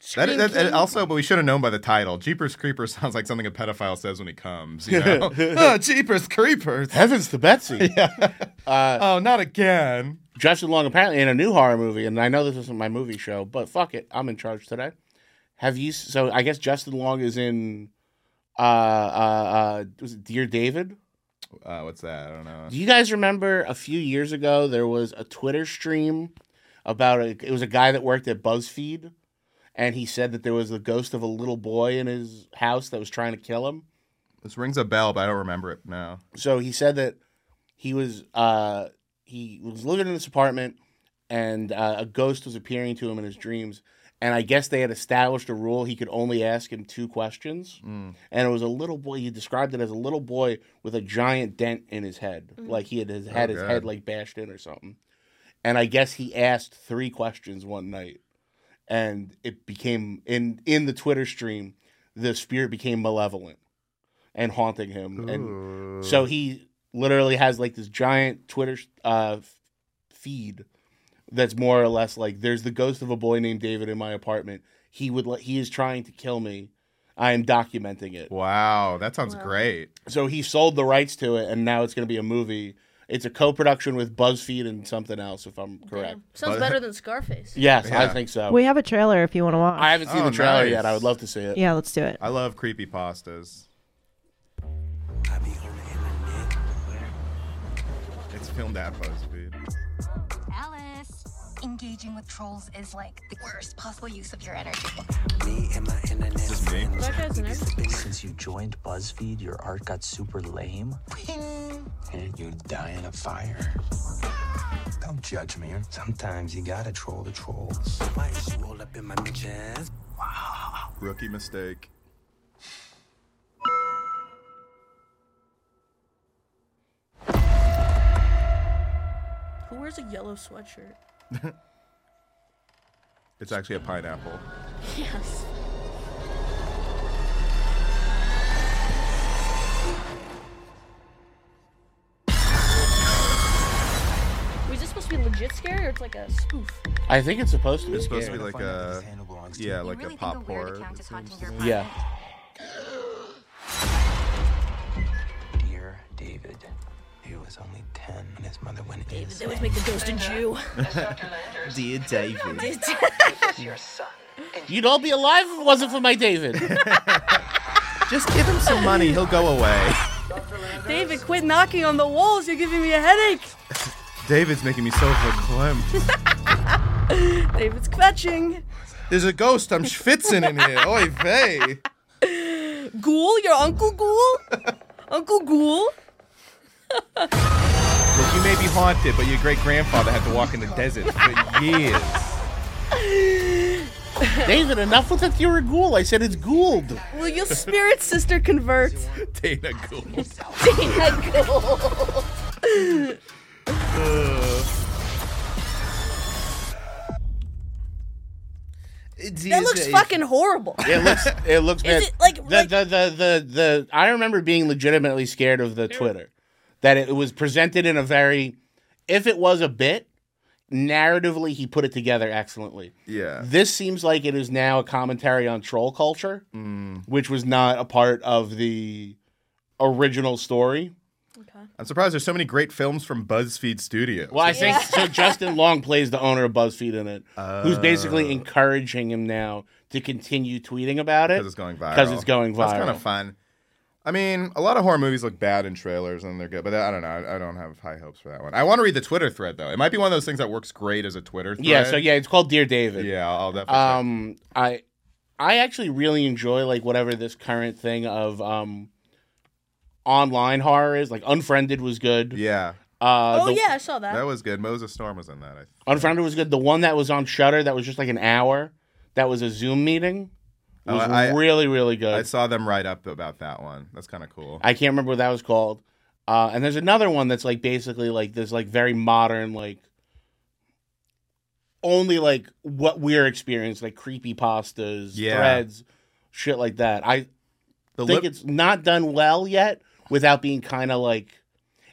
F: That,
E: Scream
F: that, and
E: King.
F: also, but we should have known by the title. Jeepers Creepers sounds like something a pedophile says when he comes. You know? oh, Jeepers Creepers.
E: Heavens to Betsy.
F: oh, not again.
E: Justin Long apparently in a new horror movie, and I know this isn't my movie show, but fuck it, I'm in charge today. Have you? So I guess Justin Long is in. Uh, uh, uh, was it Dear David?
F: Uh, what's that? I don't know.
E: Do you guys remember a few years ago there was a Twitter stream about a, it was a guy that worked at BuzzFeed, and he said that there was the ghost of a little boy in his house that was trying to kill him.
F: This rings a bell, but I don't remember it now.
E: so he said that he was uh he was living in this apartment and uh, a ghost was appearing to him in his dreams and i guess they had established a rule he could only ask him two questions and it was a little boy he described it as a little boy with a giant dent in his head like he had his had his
F: God.
E: head like bashed in or something and i guess he asked three questions one night and it became in in the twitter stream the spirit became malevolent and haunting him and so he literally has like this giant Twitter uh, f- feed that's more or less like there's the ghost of a boy named David in my apartment. He would let he is trying to kill me. I am documenting it.
F: Wow, that sounds great.
E: So he sold the rights to it, and now it's going to be a movie. It's a co-production with BuzzFeed and something else, if I'm correct.
G: Sounds
F: But-
G: better than Scarface.
E: Yes, I
F: Yeah.
E: think so.
I: We have a trailer if you want to watch.
E: Oh. I haven't seen the
F: Oh,
E: trailer
F: nice.
E: yet. I would love to see it.
I: yeah, let's do it.
F: I love creepy pastas. It's filmed at BuzzFeed.
J: Alice, engaging with trolls is like the worst possible use of your energy.
F: Just me.
G: That guy's an expert.
K: Since you joined BuzzFeed, your art got super lame. and you die in a fire. Don't judge me. Sometimes you gotta troll the trolls.
F: Rookie mistake.
G: Who wears a yellow sweatshirt?
F: It's actually a pineapple.
G: Yes. Was this supposed to be legit scary or it's like a spoof?
E: I think it's supposed to be
F: It's supposed to
E: scary.
F: be like a yeah, like a pop horror.
E: yeah.
K: Dear David, he was only 10 and his mother went
G: They
K: insane.
G: always make the ghost a Jew.
H: Dear David.
E: You'd all be alive if it wasn't for my David.
F: Just give him some money, he'll go away.
G: David, quit knocking on the walls. You're giving me a headache.
F: David's making me so verklempt.
G: David's quetching.
F: There's a ghost. I'm schwitzing in here. Oy vey.
G: Ghoul, your uncle Ghoul? uncle Ghoul?
F: Like you may be haunted, but your great grandfather had to walk in the desert for years.
E: David, enough with that. You're a ghoul. I said it's Gould.
G: Will your spirit sister convert?
F: Dana Gould.
G: Dana Ghoul. That looks fucking horrible.
E: It looks. It looks bad.
G: it, like-
E: the,
G: like-
E: the, the the the I remember being legitimately scared of the Twitter, that it was presented in a very, if it was a bit, narratively he put it together excellently.
F: Yeah.
E: This seems like it is now a commentary on troll culture,
F: Mm.
E: which was not a part of the original story.
F: I'm surprised there's so many great films from BuzzFeed Studios.
E: Well, I think so. Justin Long plays the owner of BuzzFeed in it, who's
F: Oh.
E: basically encouraging him now to continue tweeting about it
F: Because it's going viral.
E: Because it's going viral.
F: That's kind of fun. I mean, a lot of horror movies look bad in trailers and they're good, but I don't know. I, I don't have high hopes for that one. I want to read the Twitter thread though. It might be one of those things that works great as a Twitter thread.
E: Yeah. So yeah, it's called Dear David.
F: Yeah, I'll definitely. check.
E: Um, I, I actually really enjoy like whatever this current thing of um, online horror is. Like Unfriended was good.
F: yeah,
E: Uh,
G: oh,
E: the-
G: yeah, I saw that.
F: that was good. Moses Storm was in that. I
E: Unfriended was good. The one that was on Shutter that was just like an hour. That was a Zoom meeting.
F: Oh,
E: was
F: I-
E: really really good.
F: I saw them write up about that one. That's kind of cool.
E: I can't remember what that was called. Uh, and there's another one that's like basically like this like very modern like only like what we're experiencing like creepy pastas,
F: Yeah.
E: threads, shit like that. I
F: The
E: think
F: lip-
E: it's not done well yet without being kind of like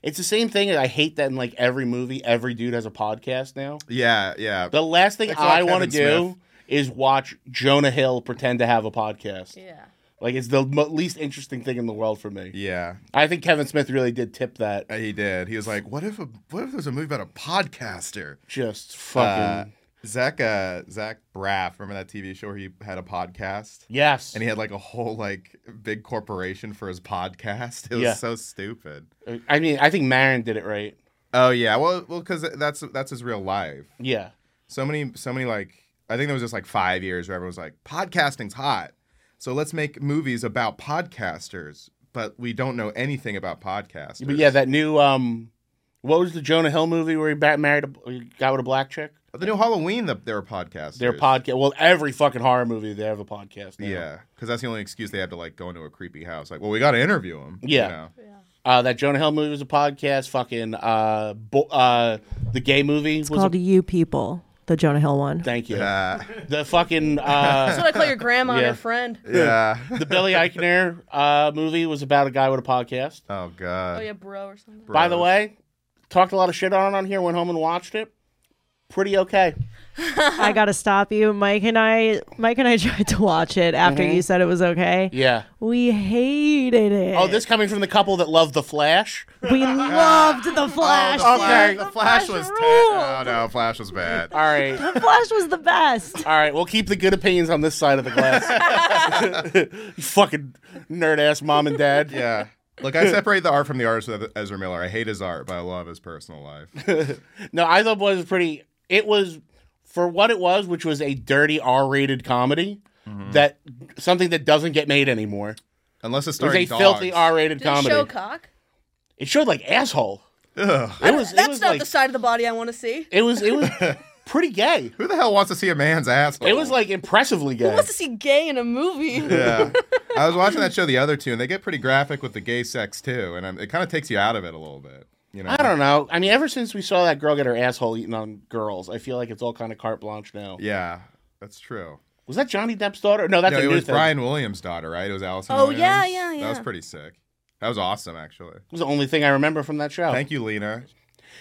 E: it's the same thing. I hate that in like every movie, every dude has a podcast now.
F: yeah, yeah.
E: The last thing
F: Thanks a lot,
E: I want to
F: Kevin
E: do
F: Smith.
E: is watch Jonah Hill pretend to have a podcast.
G: Yeah.
E: Like it's the mo- least interesting thing in the world for me.
F: Yeah. uh,
E: I think Kevin Smith really did tip that.
F: He did. He was like, "What if a what if there's a movie about a podcaster?"
E: Just fucking-
F: Uh, Zach uh, Zach Braff. Remember that TV show where he had a podcast?
E: Yes.
F: And he had like a whole like big corporation for his podcast. It was
E: Yeah.
F: so stupid.
E: I mean, I think Marin did it right.
F: Oh yeah, well, well, because that's that's his real life.
E: Yeah.
F: So many, so many like I think there was just like five years where everyone was like, podcasting's hot, so let's make movies about podcasters, but we don't know anything about podcasters.
E: But yeah, that new um, what was the Jonah Hill movie where he ba- married a he got with a black chick?
F: The new Halloween, the, there were podcasters.
E: Their podcast. Well, every fucking horror movie they have a podcast. Now.
F: Yeah, because that's the only excuse they have to like go into a creepy house. Like, well, we got to interview him.
E: Yeah. Uh, that Jonah Hill movie was a podcast. Fucking uh, bo- uh, the gay movie
I: It's
E: was
I: called
E: a
I: You People, the Jonah Hill one.
E: Thank you.
F: Uh,
E: the fucking. Uh,
G: That's what I call your grandma and her friend.
F: Yeah.
E: the Billy Eichner uh, movie was about a guy with a podcast.
F: Oh god.
G: Oh yeah, bro or something.
E: By the way, talked a lot of shit on it on here. Went home and watched it. Pretty okay.
I: I gotta stop you, Mike and I. Mike and I tried to watch it after
E: Mhm.
I: you said it was okay.
E: Yeah.
I: We hated it.
E: Oh, this coming from the couple that loved The Flash.
I: We loved Oh, the Flash.
E: Oh, Okay.
F: The Flash was. Ter- oh no, Flash was bad.
E: All right.
I: The Flash was the best.
E: All right, we'll keep the good opinions on this side of the glass. Fucking nerd ass mom and dad.
F: Yeah. Look, I separate the art from the artist with E-, Ezra Miller. I hate his art, but I love his personal life.
E: no, I thought it was pretty. It was for what it was, which was a dirty R-rated comedy. That something that doesn't get made anymore.
F: Unless it's
E: was a
F: starring
E: filthy
F: dogs.
E: R-rated
G: Did it
E: comedy.
G: show cock?
E: it showed like asshole.
F: Ugh.
E: It was. It
G: That's
E: was
G: not
E: like.
G: the side of the body I want to see.
E: It was. It was pretty gay.
F: Who the hell wants to see a man's asshole?
E: It was like impressively
G: Who
E: gay.
G: wants to see gay in a movie?
F: yeah. I was watching that show the other two, and they get pretty graphic with the gay sex too, and um, it kind of takes you out of it a little bit. You know.
E: I don't know. I mean, ever since we saw that girl get her asshole eaten on girls, I feel like it's all kind of carte blanche now.
F: Yeah, that's true.
E: Was that Johnny Depp's daughter? No, that's
F: no,
E: a
F: it
E: new
F: was
E: thing.
F: Brian Williams' daughter, right? It was Allison.
G: Oh,
F: Williams.
G: yeah, yeah,
F: That was
G: yeah.
F: pretty sick. That was awesome, actually.
E: It was the only thing I remember from that show.
F: Thank you, Lena.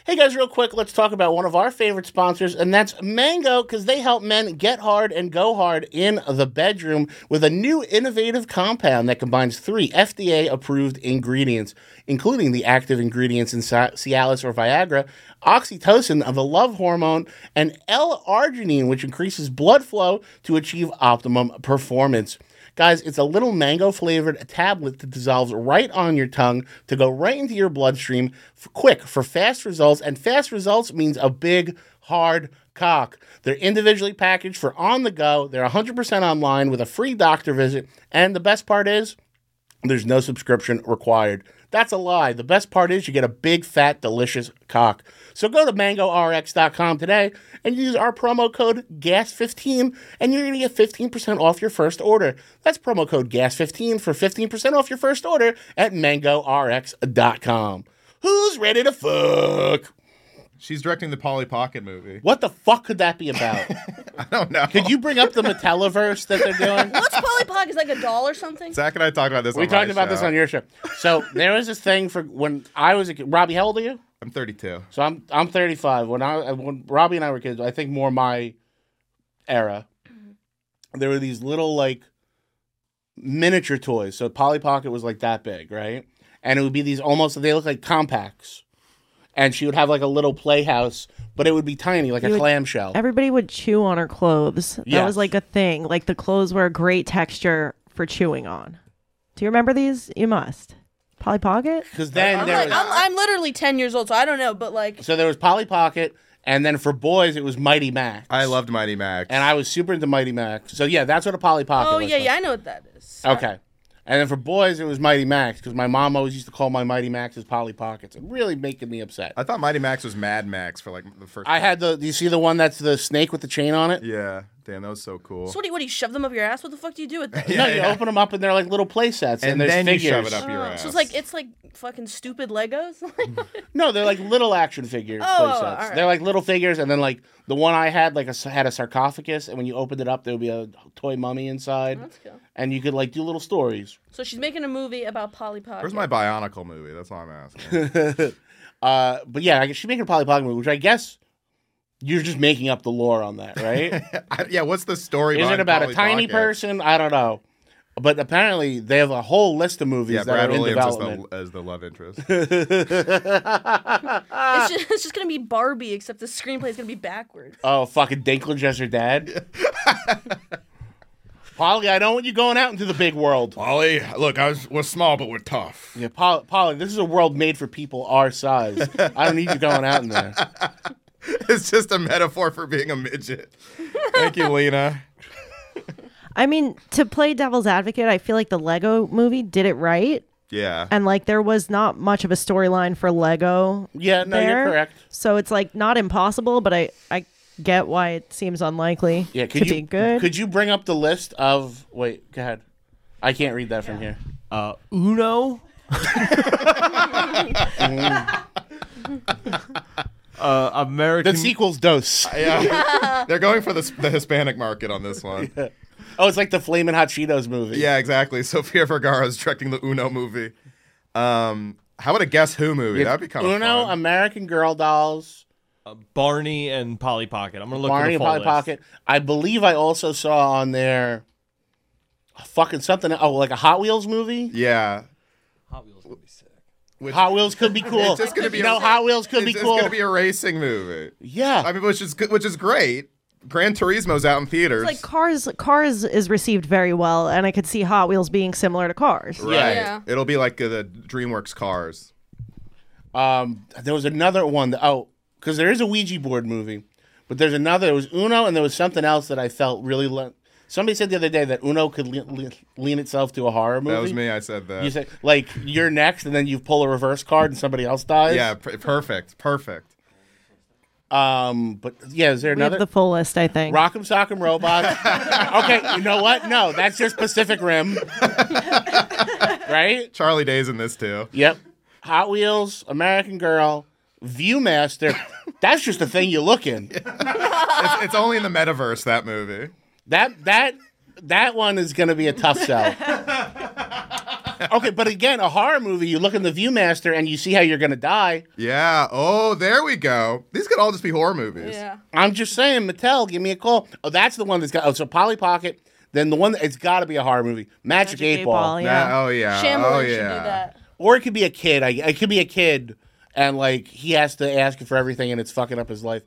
E: Hey guys, real quick, let's talk about one of our favorite sponsors, and that's Mango, because they help men get hard and go hard in the bedroom with a new innovative compound that combines three FDA approved ingredients, including the active ingredients in Ci- Cialis or Viagra, oxytocin, the love hormone, and L arginine, which increases blood flow to achieve optimum performance. Guys, it's a little mango flavored tablet that dissolves right on your tongue to go right into your bloodstream f- quick for fast results. And fast results means a big, hard cock. They're individually packaged for on the go. They're 100% online with a free doctor visit. And the best part is, there's no subscription required. That's a lie. The best part is you get a big, fat, delicious cock. So go to mangorx.com today and use our promo code GAS15 and you're going to get 15% off your first order. That's promo code GAS15 for 15% off your first order at mangorx.com. Who's ready to fuck?
F: She's directing the Polly Pocket movie.
E: What the fuck could that be about?
F: I don't know.
E: Could you bring up the Metalliverse that they're doing?
G: What's Polly Pock? Is like a doll or something?
F: Zach and I talked about this.
E: We
F: on my
E: talked about this
F: show.
E: on your show. So there was this thing for when I was a kid. Robbie, how old are you?
F: I'm 32.
E: So I'm I'm 35. When I when Robbie and I were kids, I think more my era.
G: Mm-hmm.
E: There were these little like miniature toys. So Polly Pocket was like that big, right? And it would be these almost they look like compacts. And she would have like a little playhouse, but it would be tiny, like
I: You
E: a
I: would-
E: clamshell.
I: Everybody would chew on her clothes. That
E: Yes.
I: was like a thing. Like the clothes were a great texture for chewing on. Do you remember these? You must. Polly Pocket?
E: Because then
G: I'm,
E: there
G: like,
E: was
G: I'm, I'm literally 10 years old, so I don't know, but like,
E: so there was Polly Pocket, and then for boys it was Mighty Max.
F: I loved Mighty Max.
E: and I was super into Mighty Max. So yeah, that's what a Polly Pocket
G: oh
E: was.
G: yeah,
E: like.
G: yeah, I know what that is.
E: Okay. And then for boys, it was Mighty Max because my mom always used to call my Mighty Maxes Polly Pockets. It really making me upset.
F: I thought Mighty Max was Mad Max for like the first.
E: I had the. Do you see the one that's the snake with the chain on it?
F: Yeah, damn, that was so cool.
G: So what do you, what do you shove them up your ass? What the fuck do you do with that?
E: no, you open them up and they're like little play sets, and,
F: And
E: there's
F: then you
E: figures.
F: shove it up your
G: Uh,
F: ass.
G: So
F: Mm-hmm.
G: it's like it's like fucking stupid Legos.
E: No, they're like little action figure
G: Oh,
E: play
G: all
E: sets.
G: right.
E: They're like little figures, and then like the one I had like a, had a sarcophagus, and when you opened it up, there would be a toy mummy inside,
G: That's cool.
E: and you could like do little stories.
G: so she's making a movie about Polly Pocket.
F: Where's my Bionicle movie? That's all I'm asking.
E: uh, but yeah, I guess she's making a Polly Pocket movie, which I guess You're just making up the lore on that, right?
F: I- yeah, what's the
E: Is
F: story?
E: it
F: behind
E: about a
F: Polly
E: tiny
F: Pocket?
E: person? I don't know. But apparently, they have a whole list of movies
F: Yeah,
E: that
F: Brad
E: are in
F: Williams as
E: development.
F: the, as the love interest. Ah.
G: it's, just, it's just gonna be Barbie, except the screenplay is gonna be backwards.
E: Oh, fucking Dinklage as her dad. Polly, I don't want you going out into the big world.
L: Polly, look, I was, we're small, but we're tough.
E: Yeah, Polly, Polly, this is a world made for people our size. I don't need you going out in there.
F: it's just a metaphor for being a midget. Thank you, Lena.
I: I mean, to play devil's advocate, I feel like the Lego movie did it right.
F: Yeah.
I: And like there was not much of a storyline for Lego.
E: Yeah, no, you're
I: there.
E: correct.
I: So it's like not impossible, but I I get why it seems unlikely
E: Yeah,
I: to
E: could you
I: be good.
E: could you bring up the list of wait, go ahead. I can't read that from here.
L: Uh Uno. uh, American.
E: The sequel's dose.
F: Yeah. They're going for the, the Hispanic market on this one. Yeah,
E: Oh, it's like the Flamin' Hot Cheetos movie.
F: exactly. Sofia Vergara is directing the Uno movie. Um, how about a Guess Who movie?
E: If
F: That'd be kind of
E: Uno,
F: fun.
E: American Girl Dolls,
L: Barney and Polly Pocket. I'm gonna look
E: Barney
L: at
E: and
L: the
E: Polly
L: full list.
E: Pocket. I believe I also saw on there a fucking something. Oh, like a Hot Wheels movie.
F: Yeah.
E: Hot Wheels could be cool.
F: It's just gonna be
E: you know, Hot Wheels could
F: it's,
E: be
F: it's
E: cool.
F: gonna be a racing movie.
E: Yeah,
F: I mean, which is good- which is great. Gran Turismo's out in theaters.
I: It's like Cars Cars is received very well and I could see Hot Wheels being similar to Cars.
F: right. It'll be like uh, the DreamWorks Cars.
E: Um, there was another one. That, oh, because there is a Ouija board movie, but there's another. There was Uno, and there was something else that I felt really. Le- Somebody said the other day that Uno could le- le- lean itself to a horror movie.
F: That was me. I said that.
E: You said like you're next, and then you pull a reverse card, and somebody else dies.
F: Yeah, per- perfect, perfect.
E: Um, but yeah, is there
I: We have
E: another
I: the full list, I think.
E: Rock'em Sock'em Robots? okay, you know what? No, that's just Pacific Rim, right?
F: Charlie Day's in this too.
E: Yep. Hot Wheels, American Girl, Viewmaster. That's just the thing you look in.
F: It's, it's only in the metaverse that movie.
E: That that that one is going to be a tough sell. okay, but again, a horror movie, you look in the Viewmaster and you see how you're going to die.
F: Yeah. Oh, there we go. These could all just be horror movies.
G: Yeah.
E: I'm just saying, Mattel, give me a call. Oh, that's the one that's got. Oh, so Polly Pocket. Then the one it's got to be a horror movie, Magic, Eight, Ball.
F: Nah, oh yeah. oh yeah.
E: Or it could be a kid. I, it could be a kid, and like he has to ask for everything, and it's fucking up his life.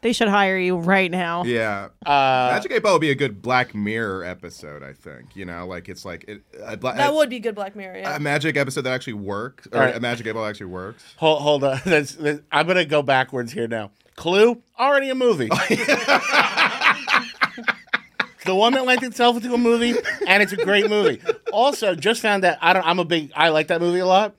I: They should hire you right now.
F: Yeah.
E: Uh,
F: Magic Eight Ball would be a good Black Mirror episode, I think. You know, like it's like it, a, bla-
G: That would be good Black Mirror. Yeah.
F: a magic episode that actually works, or
E: All right.
F: a Magic Eight Ball actually works.
E: Hold, hold on. That's, that's, I'm gonna go backwards here now. Clue already a movie. the one that lent itself into a movie, and it's a great movie. Also, just found that I don't. I'm a big. I like that movie a lot.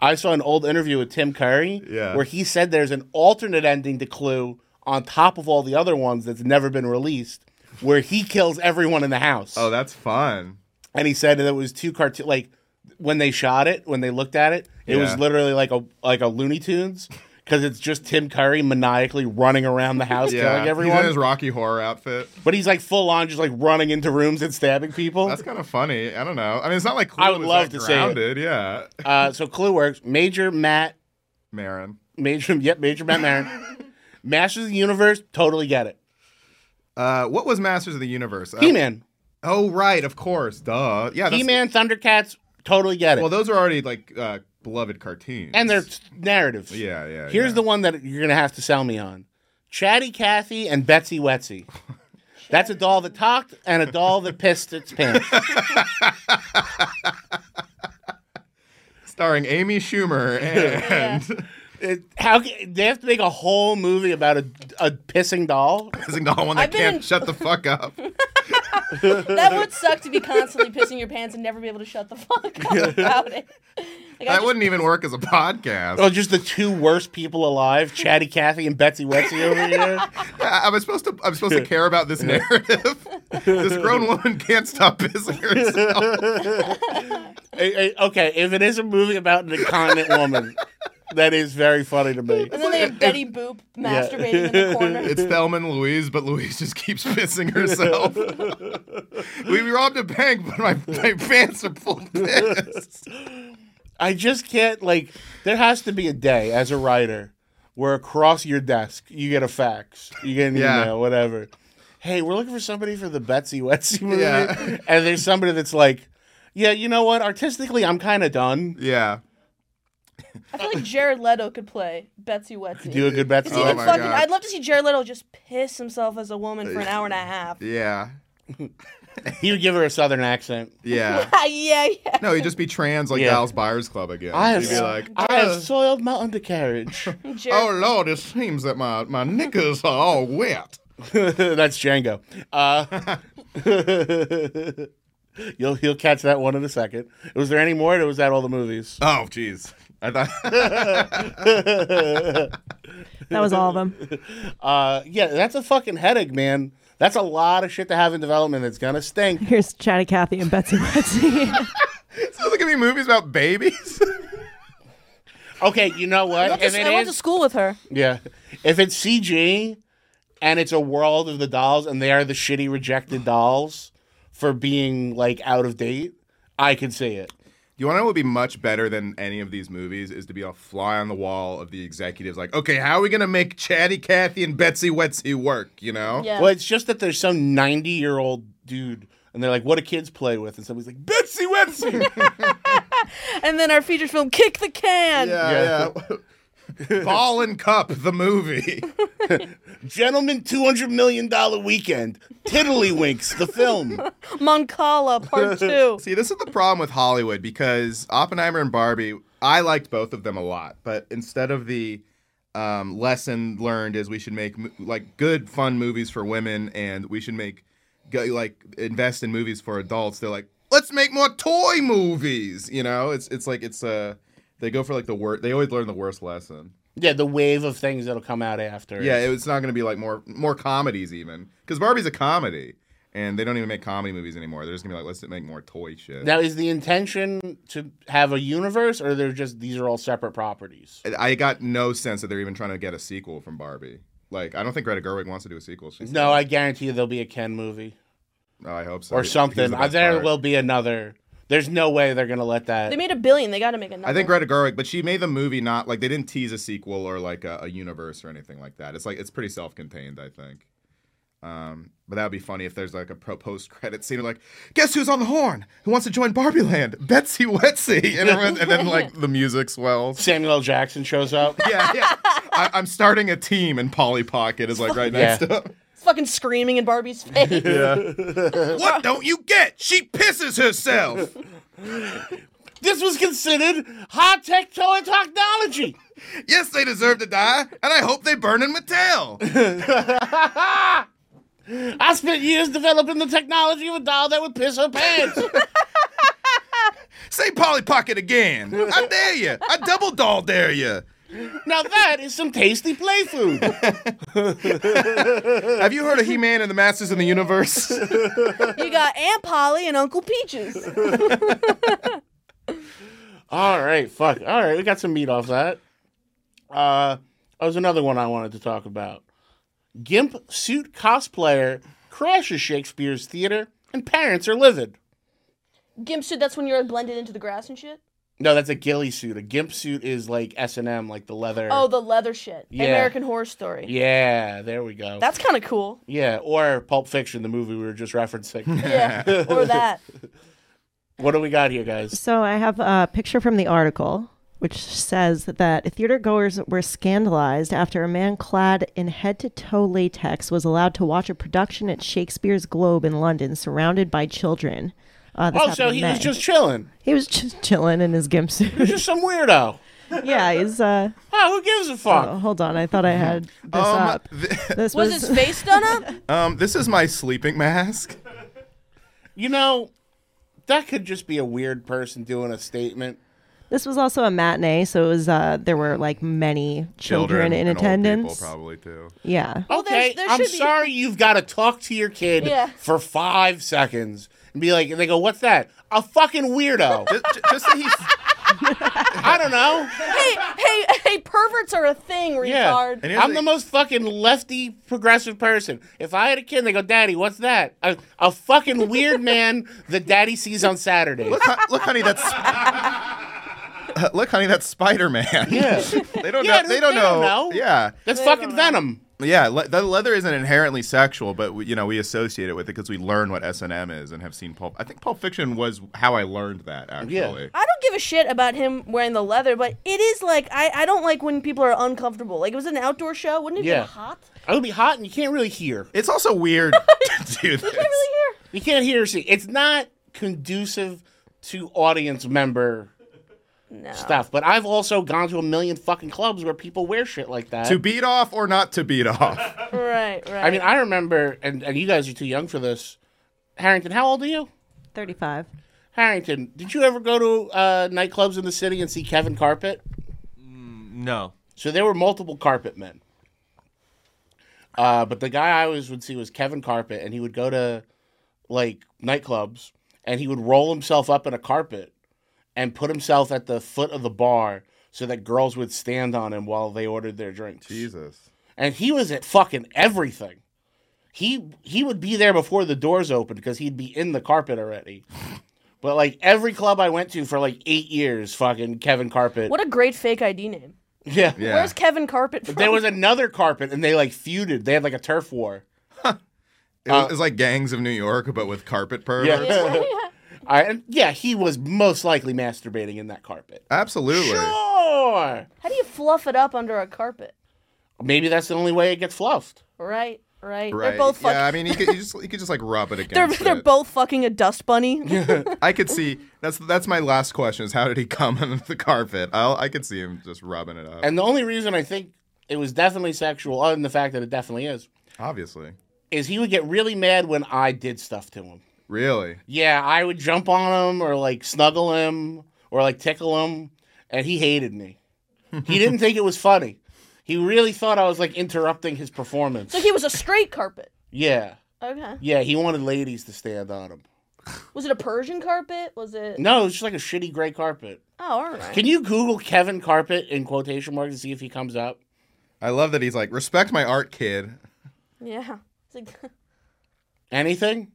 E: I saw an old interview with Tim Curry
F: Yeah.
E: where he said there's an alternate ending to Clue on top of all the other ones that's never been released, where he kills everyone in the house.
F: Oh, that's fun.
E: and he said that it was two cartoon like when they shot it when they looked at it it was
F: Yeah.
E: literally like a like a looney tunes because it's just tim curry maniacally running around the house
F: yeah.
E: killing everyone
F: He's in his Rocky Horror outfit.
E: but he's like full on just like running into rooms and stabbing people
F: That's kind of funny. I don't know. I mean, it's not like Clue
E: I would
F: was
E: love
F: that
E: to see it.
F: grounded. Yeah.
E: uh, so clue works major matt
F: Marin.
E: major yep major matt Maron. masters of the universe totally get it
F: Uh, what was Masters of the Universe? Uh,
E: he-man
F: Oh right, of course. Duh. Yeah. that's-
E: he-man thundercats totally get it
F: Well, those are already like uh, beloved cartoons.
E: and their narratives
F: yeah, yeah.
E: Here's
F: yeah.
E: the one that you're gonna have to sell me on: Chatty Cathy and Betsy Wetsy. That's a doll that talked and a doll that pissed its pants.
F: starring Amy Schumer and
E: It- how ca- they have to make a whole movie about a, a pissing doll?
F: Pissing doll, one that
G: I've been
F: can't
G: in-
F: shut the fuck up.
G: that would suck to be constantly pissing your pants and never be able to shut the fuck up about it. Like, I
F: That wouldn't even work as a podcast.
E: Oh, just the two worst people alive: Chatty Cathy and Betsy Wetsy over here.
F: I, I was supposed to. I'm supposed to care about this narrative. this grown woman can't stop pissing herself.
E: Eh, eh, okay, if it is a movie about an incontinent woman, that is very funny to me.
G: And then they have Betty Boop masturbating in the corner.
F: It's Thelma and Louise, but Louise just keeps pissing herself. we robbed a bank, but my, my pants are full of piss.
E: I just can't like. There has to be a day as a writer where across your desk you get a fax, you get an
F: Yeah.
E: email, whatever. Hey, we're looking for somebody for the Betsy Wetsy movie,
F: Yeah.
E: and there's somebody that's like, yeah, you know what? Artistically, I'm kind of done.
F: Yeah.
G: I feel like Jared Leto could play Betsy Wetsy.
E: Do a good Betsy
G: 'Cause he could
E: Wetsy. Oh my
G: fucking-
E: God.
G: I'd love to see Jared Leto just piss himself as a woman for an hour and a half.
F: Yeah.
E: you give her a southern accent.
F: Yeah.
G: yeah, yeah.
F: No, he'd just be trans like Dal's Buyers Club again.
E: I have,
F: he'd be like,
E: I have soiled my undercarriage.
F: oh lord, it seems that my my knickers are all wet.
E: That's Django. Uh, you'll you'll catch that one in a second. Was there any more? Or was that all the movies?
F: Oh, jeez. I thought
I: That was all of them.
E: Uh, yeah, that's a fucking headache, man. That's a lot of shit to have in development. That's gonna stink.
I: Here's Chatty Cathy and Betsy Wetsy.
F: Sounds like gonna be movies about babies.
E: okay, you know
G: I
E: what?
G: went,
E: If
G: to,
E: it
G: I went to
E: is-
G: school with her.
E: yeah, if it's CG and it's a world of the dolls and they are the shitty rejected dolls for being like out of date, I can see it.
F: You want to know what would be much better than any of these movies is to be a fly on the wall of the executives, like, okay, how are we gonna make Chatty Cathy and Betsy Wetsy work? You know?
E: Well, it's just that there's some 90 year old dude, and they're like, "What do kids play with?" And somebody's like, "Betsy Wetsy."
G: And then our feature film, Kick the Can.
F: yeah. Ball and Cup, the movie.
E: Gentlemen, two hundred million dollar weekend. Tiddlywinks, the film.
G: Moncala, part two.
F: See, this is the problem with Hollywood because Oppenheimer and Barbie, I liked both of them a lot, but instead of the um, lesson learned is we should make mo- like good fun movies for women and we should make go, like invest in movies for adults. They're like, let's make more toy movies. You know, it's it's like it's uh they go for like the worst. They always learn the worst lesson.
E: Yeah, the wave of things that'll come out after.
F: Yeah, it's not going to be like more more comedies even because Barbie's a comedy and they don't even make comedy movies anymore. They're just gonna be like, let's make more toy shit.
E: now is the intention to have a universe, or they're just these are all separate properties?
F: I got no sense that they're even trying to get a sequel from Barbie. Like, I don't think Greta Gerwig wants to do a sequel. She's
E: No, I guarantee you there'll be a Ken movie
F: oh, I hope so.
E: or
F: He- he's
E: something.
F: the
E: Uh,
F: best
E: there
F: part.
E: will be another. There's no way they're gonna let that.
G: They made a billion. They got to make another.
F: I think Greta Gerwig, but she made the movie not like they didn't tease a sequel or like a, a universe or anything like that. It's like it's pretty self-contained, I think. Um, but that would be funny if there's like a pro- post-credit scene like, guess who's on the horn? Who wants to join Barbie Land? Betsy Wetsy, and, everyone, and then like the music swells.
E: Samuel L. Jackson shows up.
F: yeah, yeah. I, I'm starting a team, and Polly Pocket is like right next to him.
G: fucking screaming in Barbie's face.
F: what don't you get? She pisses herself.
E: This was considered high tech toy technology.
F: yes, they deserve to die, and I hope they burn in Mattel.
E: I spent years developing the technology of a doll that would piss her pants.
F: Say Polly Pocket again. I dare you. I double doll dare you.
E: now that is some tasty play food.
F: Have you heard of He Man and the Masters of the Universe?
G: you got Aunt Polly and Uncle Peaches.
E: All right, fuck. All right, we got some meat off that. Uh, that was another one I wanted to talk about. Gimp suit cosplayer crashes Shakespeare's theater, and parents are livid.
G: Gimp suit. That's when you're blended into the grass and shit.
E: No, that's a ghillie suit. A gimp suit is like S and M, like the leather.
G: Oh, the leather shit.
E: Yeah.
G: American Horror Story.
E: yeah, there we go.
G: That's kind of cool.
E: yeah, or Pulp Fiction, the movie we were just referencing.
G: Yeah, or that.
E: What do we got here, guys?
I: So I have a picture from the article, which says that theater goers were scandalized after a man clad in head to toe latex was allowed to watch a production at Shakespeare's Globe in London, surrounded by children. Uh, this
E: oh, so
I: happened in
E: he
I: May.
E: was just chilling.
I: he was just chilling in his gimp suit.
E: He was just some weirdo.
I: yeah, he's. Uh,
E: Oh, who gives a fuck?
I: oh, hold on, I thought I had this
F: Um,
I: up. this
G: Was his face done up?
F: um, this is my sleeping mask.
E: You know, that could just be a weird person doing a statement.
I: This was also a matinee, so it was. Uh, there were like many children, in
F: and old
I: attendance.
F: people probably too.
I: Yeah.
G: Well, there's-
E: Okay,
G: there
E: I'm
G: should be-
E: sorry you've got to talk to your kid
G: Yeah.
E: for five seconds and be like, and they go, what's that? A fucking weirdo.
F: Just, just that he's
E: I don't know.
G: hey, hey, hey! Perverts are a thing,
E: Yeah.
G: retard.
F: And here's
E: I'm
F: the-
E: the most fucking lefty progressive person. If I had a kid and they go, Daddy, what's that? A, a fucking weird man that daddy sees on Saturdays.
F: look, hon- look, honey, that's Look, honey, that's Spider Man.
E: Yeah.
F: they don't
E: Yeah,
F: know.
E: they
F: They don't
E: don't
F: know.
E: know.
F: Yeah.
E: That's fucking Venom.
F: Yeah, le- the leather isn't inherently sexual, but we, you know we associate it with it because we learn what S and M is and have seen Pulp. I think Pulp Fiction was how I learned that actually.
G: I don't give a shit about him wearing the leather, but it is like I, I don't like when people are uncomfortable. Like it was an outdoor show, wouldn't it
E: Yeah.
G: be hot?
E: I would be hot, and you can't really hear.
F: It's also weird to do this. You can't
G: really hear.
E: You can't hear. See, it's not conducive to audience member stuff. But I've also gone to a million fucking clubs where people wear shit like that.
F: To beat off or not to beat off.
G: Right, right.
E: I mean, I remember, and, and you guys are too young for this. Harrington, how old are you?
I: 35.
E: Harrington, did you ever go to uh, nightclubs in the city and see Kevin Carpet?
L: No.
E: So there were multiple carpet men. Uh, but the guy I always would see was Kevin Carpet, and he would go to like nightclubs and he would roll himself up in a carpet and put himself at the foot of the bar so that girls would stand on him while they ordered their drinks.
F: Jesus.
E: And he was at fucking everything. He he would be there before the doors opened because he'd be in the carpet already. But like every club I went to for like eight years, fucking Kevin Carpet.
G: What a great fake ID name.
E: yeah.
G: Where's Kevin Carpet from?
E: But there was another carpet, and they like feuded. They had like a turf war.
F: It
G: Uh,
F: was, it's like Gangs of New York, but with carpet perverts.
E: I, and yeah, he was most likely masturbating in that carpet.
F: Absolutely.
E: Sure.
G: How do you fluff it up under a carpet?
E: Maybe that's the only way it gets fluffed.
G: Right, right.
F: Right.
G: They're both fucking.
F: yeah, I mean, you could, you, just, you could just like rub it
G: they're
F: against
G: they're
F: it.
G: both fucking a dust bunny.
F: I could see that's that's my last question is how did he come on the carpet? I'll, I could see him just rubbing it up.
E: And the only reason I think it was definitely sexual, other than the fact that it definitely is,
F: Obviously,
E: is he would get really mad when I did stuff to him.
F: really.
E: Yeah, I would jump on him or like snuggle him or like tickle him, and he hated me. He didn't think it was funny. He really thought I was like interrupting his performance.
G: so he was a straight carpet.
E: Yeah.
G: Okay.
E: Yeah, he wanted ladies to stand on him.
G: Was it a Persian carpet? Was it?
E: No, it was just like a shitty gray carpet.
G: Oh, all right.
E: Can you Google Kevin Carpet in quotation marks to see if he comes up?
F: I love that he's like respect my art, kid.
G: Yeah. It's like,
E: Anything?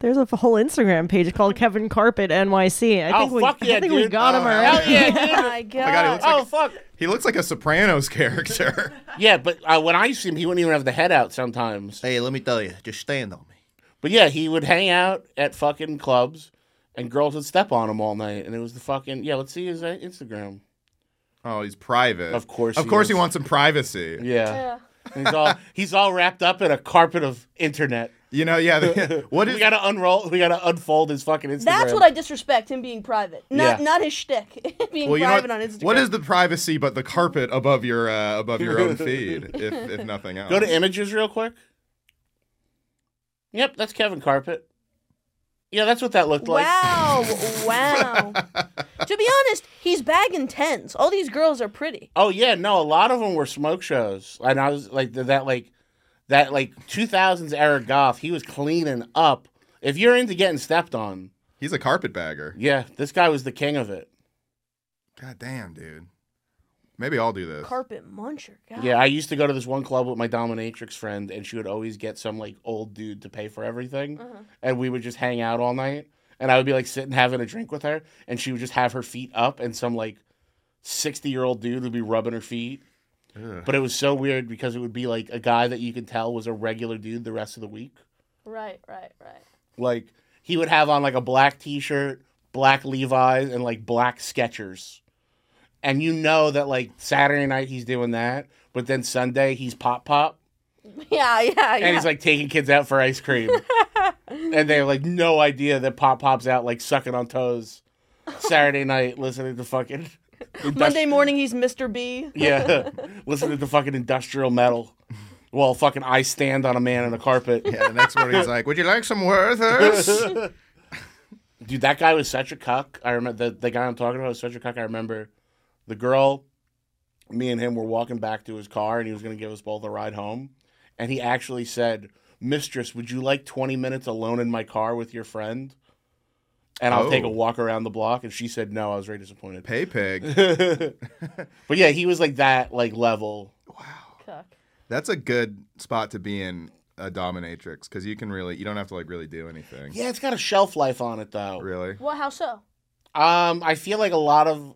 I: There's a whole Instagram page called Kevin Carpet NYC. I
E: Oh,
I: think, we,
E: fuck yeah,
I: I think we
E: dude.
I: got him
F: Oh, hell
I: already.
E: yeah, dude.
G: oh my
F: Oh
G: god.
F: my God, he looks
E: Oh
F: like
E: fuck!
F: he looks like a Sopranos character.
E: Yeah, but uh, when I used to see him, he wouldn't even have the head out sometimes.
F: Hey, let me tell you, just stand on me.
E: But yeah, he would hang out at fucking clubs, and girls would step on him all night, and it was the fucking yeah. Let's see his uh, Instagram.
F: Oh, he's private.
E: Of course
F: Of
E: he
F: course,
E: is.
F: he wants some privacy.
E: Yeah, And he's all he's all wrapped up in a carpet of internet.
F: You know, yeah. the- what
E: we
F: is
E: gotta unroll? We gotta unfold his fucking Instagram.
G: That's what I disrespect him being private. Not
E: Yeah.
G: not his shtick. being
F: well, you know
G: private
F: what,
G: on Instagram.
F: what is the privacy but the carpet above your uh, above your own feed, if if nothing else?
E: Go to images real quick. Yep, that's Kevin Carpet. Yeah, that's what that looked like.
G: Wow, wow. to be honest, he's bagging tens. All these girls are pretty.
E: Oh yeah, no, a lot of them were smoke shows, and I was like th- that, like that, like 2000s era goth. He was cleaning up. If you're into getting stepped on,
F: He's a carpetbagger.
E: yeah, this guy was the king of it.
F: God damn, dude. Maybe I'll do this.
G: Carpet muncher. God.
E: Yeah, I used to go to this one club with my dominatrix friend, and she would always get some like old dude to pay for everything, and we would just hang out all night. And I would be like sitting having a drink with her, and she would just have her feet up, and some like sixty year old dude would be rubbing her feet.
F: Ugh.
E: But it was so weird because it would be like a guy that you could tell was a regular dude the rest of the week.
G: Right, right, right.
E: Like he would have on like a black t-shirt, black Levi's, and like black Skechers. And you know that like Saturday night he's doing that, but then Sunday he's pop pop,
G: Yeah, yeah, yeah.
E: and he's like taking kids out for ice cream, and they have like no idea that pop pop's out like sucking on toes Saturday night listening to fucking
G: Monday morning he's Mr. B.
E: yeah, listening to fucking industrial metal. Well, fucking I stand on a man in a carpet.
F: Yeah, the next one he's like, "Would you like some Werther's?"
E: Dude, that guy was such a cuck. I remember the, the guy I'm talking about was such a cuck. I remember the girl, me and him were walking back to his car and he was going to give us both a ride home. And he actually said, Mistress, would you like 20 minutes alone in my car with your friend? And I'll take a
F: Oh.
E: walk around the block. And she said, No, I was very disappointed.
F: Pay pig.
E: But yeah, he was like that, like level.
G: Cuck.
F: That's a good spot to be in a dominatrix because you can really you don't have to like really do anything.
E: Yeah, it's got a shelf life on it, though.
F: Really?
G: Well, how so?
E: Um, I feel like a lot of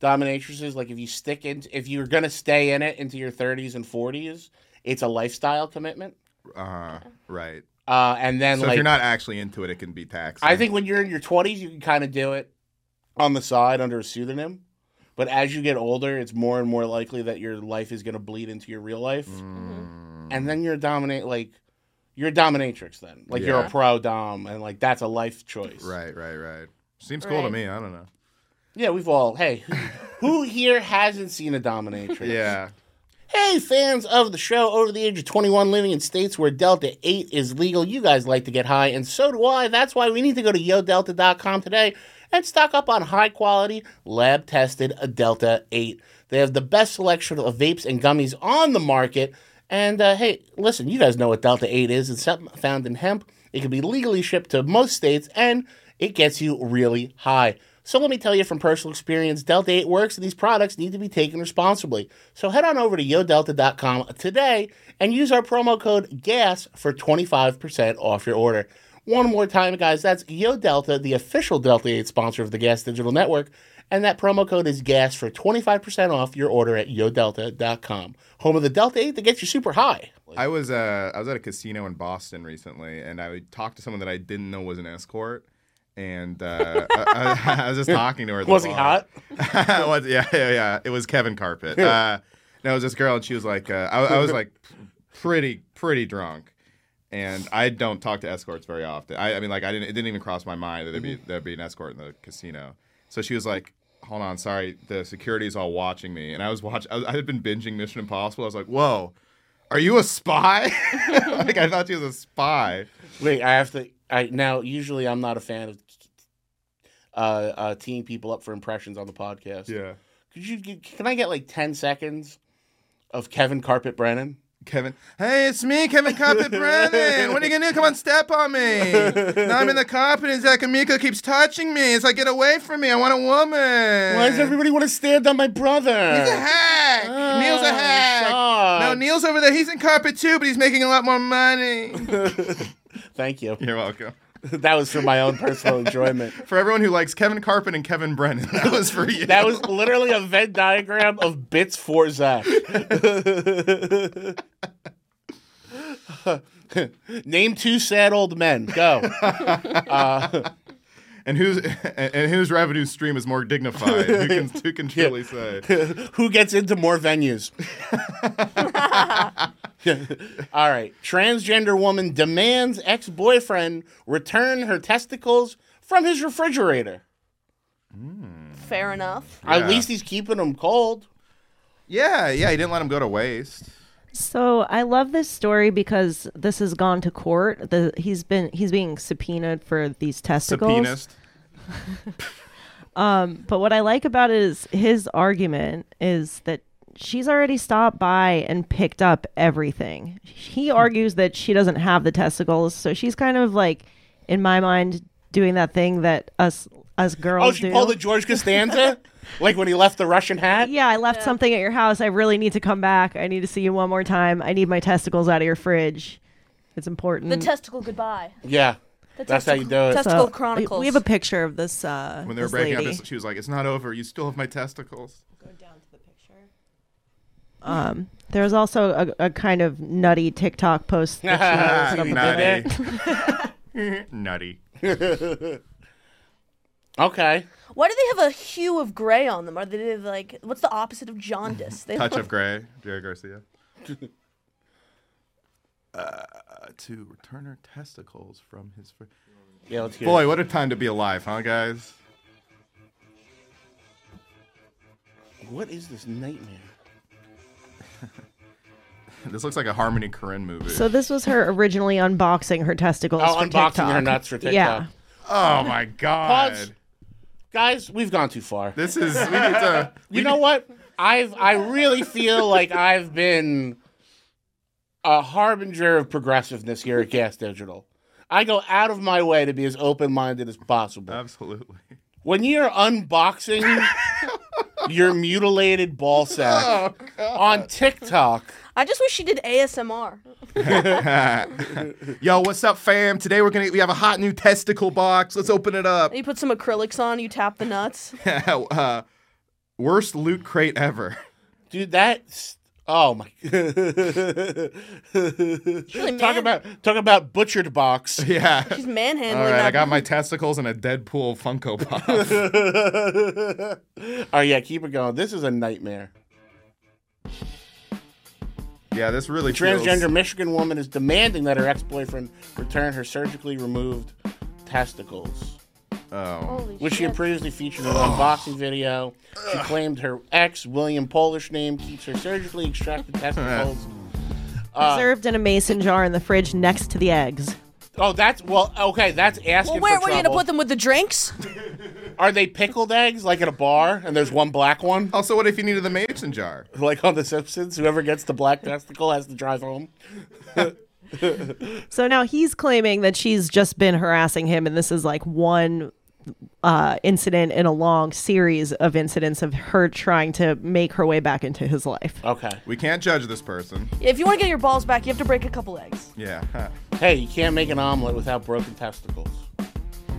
E: dominatrices, like if you stick in, if you're gonna stay in it into your 30s and 40s, it's a lifestyle commitment.
F: Uh, right.
E: Uh, and then
F: so
E: like
F: if you're not actually into it, it can be taxed.
E: I think when you're in your 20s, you can kind of do it on the side under a pseudonym. But as you get older, it's more and more likely that your life is going to bleed into your real life.
F: Mm.
E: And then you're a dominate like you're a dominatrix then. Like you're
F: Yeah.
E: a pro dom and like that's a life choice.
F: Right, right, right. Seems cool to
E: Right.
F: me. I don't know.
E: Yeah, we've all hey, who here hasn't seen a dominatrix?
F: Yeah.
E: Hey, fans of the show over the age of 21 living in states where Delta 8 is legal, you guys like to get high, and so do I. That's why we need to go to yodelta.com today and stock up on high quality, lab tested Delta 8. They have the best selection of vapes and gummies on the market. And uh, hey, listen, you guys know what Delta 8 is. It's something found in hemp. It can be legally shipped to most states, and it gets you really high. So let me tell you from personal experience, Delta 8 works and these products need to be taken responsibly. So head on over to yodelta.com today and use our promo code GAS for 25% off your order. One more time, guys, that's YoDelta, the official Delta 8 sponsor of the GAS Digital Network. And that promo code is GAS for 25% off your order at yodelta.com. Home of the Delta 8 that gets you super high.
F: I was uh, I was at a casino in Boston recently, and I talked to someone that I didn't know was an escort, and uh, I, I- I was just talking to her. at the
E: Was he
F: bar. Was- yeah, yeah, yeah. It was Kevin Carpet. Uh, no, it was this girl, and she was like, uh, I, I was like, p- pretty, pretty drunk, and I don't talk to escorts very often. I, I mean, like, I didn't. It didn't even cross my mind that there'd
E: Mm-hmm.
F: be there'd be an escort in the casino. So she was like. Hold on, sorry. The security's all watching me, and I was watching. I had been binging Mission Impossible. I was like, "Whoa, are you a spy? like I thought she was a spy.
E: Wait, I have to. I now usually I'm not a fan of uh, uh, teeing people up for impressions on the podcast.
F: Yeah.
E: Could you? get- Can I get like ten seconds of Kevin Carpet Brennan?
F: Kevin, hey, it's me, Kevin Carpet Brennan. What are you gonna do? Come on, step on me. Now I'm in the carpet, and Zach Amico keeps touching me. It's like get away from me. I want a woman.
E: Why does everybody want to stand on my brother?
F: He's a hack.
E: Ah,
F: Neil's a hack. No, Neil's over there. He's in carpet too, but he's making a lot more money.
E: Thank you.
F: You're welcome.
E: that was for my own personal enjoyment.
F: For everyone who likes Kevin Carpet and Kevin Brennan, that was for you.
E: That was literally a Venn diagram of bits for Zach. Name two sad old men. Go. Uh,
F: and whose and, and whose revenue stream is more dignified? who can who can truly say?
E: Who gets into more venues? All right. Transgender woman demands ex boyfriend return her testicles from his refrigerator.
G: Fair enough.
E: At least he's keeping them cold.
F: Yeah, yeah, he didn't let him go to waste.
I: So I love this story because this has gone to court. The, he's been he's being subpoenaed for these testicles.
F: Subpoenaed.
I: Um, but what I like about it is his argument is that she's already stopped by and picked up everything.
F: Hmm.
I: He argues that she doesn't have the testicles, so she's kind of like, in my mind, doing that thing that us us girls
E: Oh, she
I: do.
E: pulled a George Costanza? like when he left the Russian hat?
I: yeah, I left something at your house. I really need to come back. I need to see you one more time. I need my testicles out of your fridge. It's important.
G: The testicle goodbye.
E: Yeah.
G: The
E: That's how you do it.
G: Testicle
I: So,
G: Chronicles.
I: We have a picture of this. Uh,
F: When they were
I: this
F: breaking
I: lady.
F: up, this, she was like, "It's not over. You still have my testicles." Go down to the picture.
I: Um, there was also a, a kind of nutty TikTok post. That she
F: Nutty.
I: posted up there.
F: Nutty.
E: okay.
G: Why do they have a hue of gray on them? Are they like what's the opposite of jaundice? They
F: Touch
G: look-
F: of gray, Jerry Garcia. uh, to return her testicles from his. Fr-
E: Yeah, let's hear
F: Boy,
E: it.
F: what a time to be alive, huh, guys?
E: What is this nightmare?
F: This looks like a Harmony Korine movie.
I: So this was her originally unboxing her testicles.
E: Oh,
I: for
E: unboxing
I: TikTok.
E: her nuts for TikTok.
I: Yeah.
F: Oh my god.
E: Pause. Guys, we've gone too far.
F: This is we need to
E: You know what? I've I really feel like I've been a harbinger of progressiveness here at Gas Digital. I go out of my way to be as open minded as possible.
F: Absolutely.
E: When you're unboxing your mutilated ball sack
F: Oh,
E: on TikTok,
G: I just wish she did ASMR.
F: Yo, what's up, fam? Today we're gonna we have a hot new testicle box. Let's open it up.
G: you put some acrylics on, you tap the nuts.
F: uh, worst loot crate ever.
E: Dude, that's oh my. talk about talk about butchered box.
F: Yeah.
G: She's manhandling.
F: All right,
G: that
F: I got my testicles and a Deadpool Funko Pop.
E: oh yeah, keep it going. This is a nightmare.
F: yeah, this really feels-
E: Transgender Michigan woman is demanding that her ex-boyfriend return her surgically removed testicles.
F: Oh.
E: Which she had previously featured in an unboxing video. She claimed her ex, William Polish name, keeps her surgically extracted testicles. Uh,
I: Preserved in a mason jar in the fridge next to the eggs.
E: Oh, that's well. Okay, that's asking.
G: Well, where
E: for
G: were you gonna
E: trouble.
G: put them with the drinks?
E: Are they pickled eggs like at a bar, and there's one black one?
I: Oh.
F: Also, what if you needed the mason jar?
E: Like on The Simpsons, whoever gets the black testicle has to drive home.
I: So now he's claiming that she's just been harassing him, and this is like one uh, incident in a long series of incidents of her trying to make her way back into his life.
E: Okay.
F: We can't judge this person.
G: If you want to get your balls back, you have to break a couple eggs.
F: Yeah.
E: hey, you can't make an omelet without broken testicles.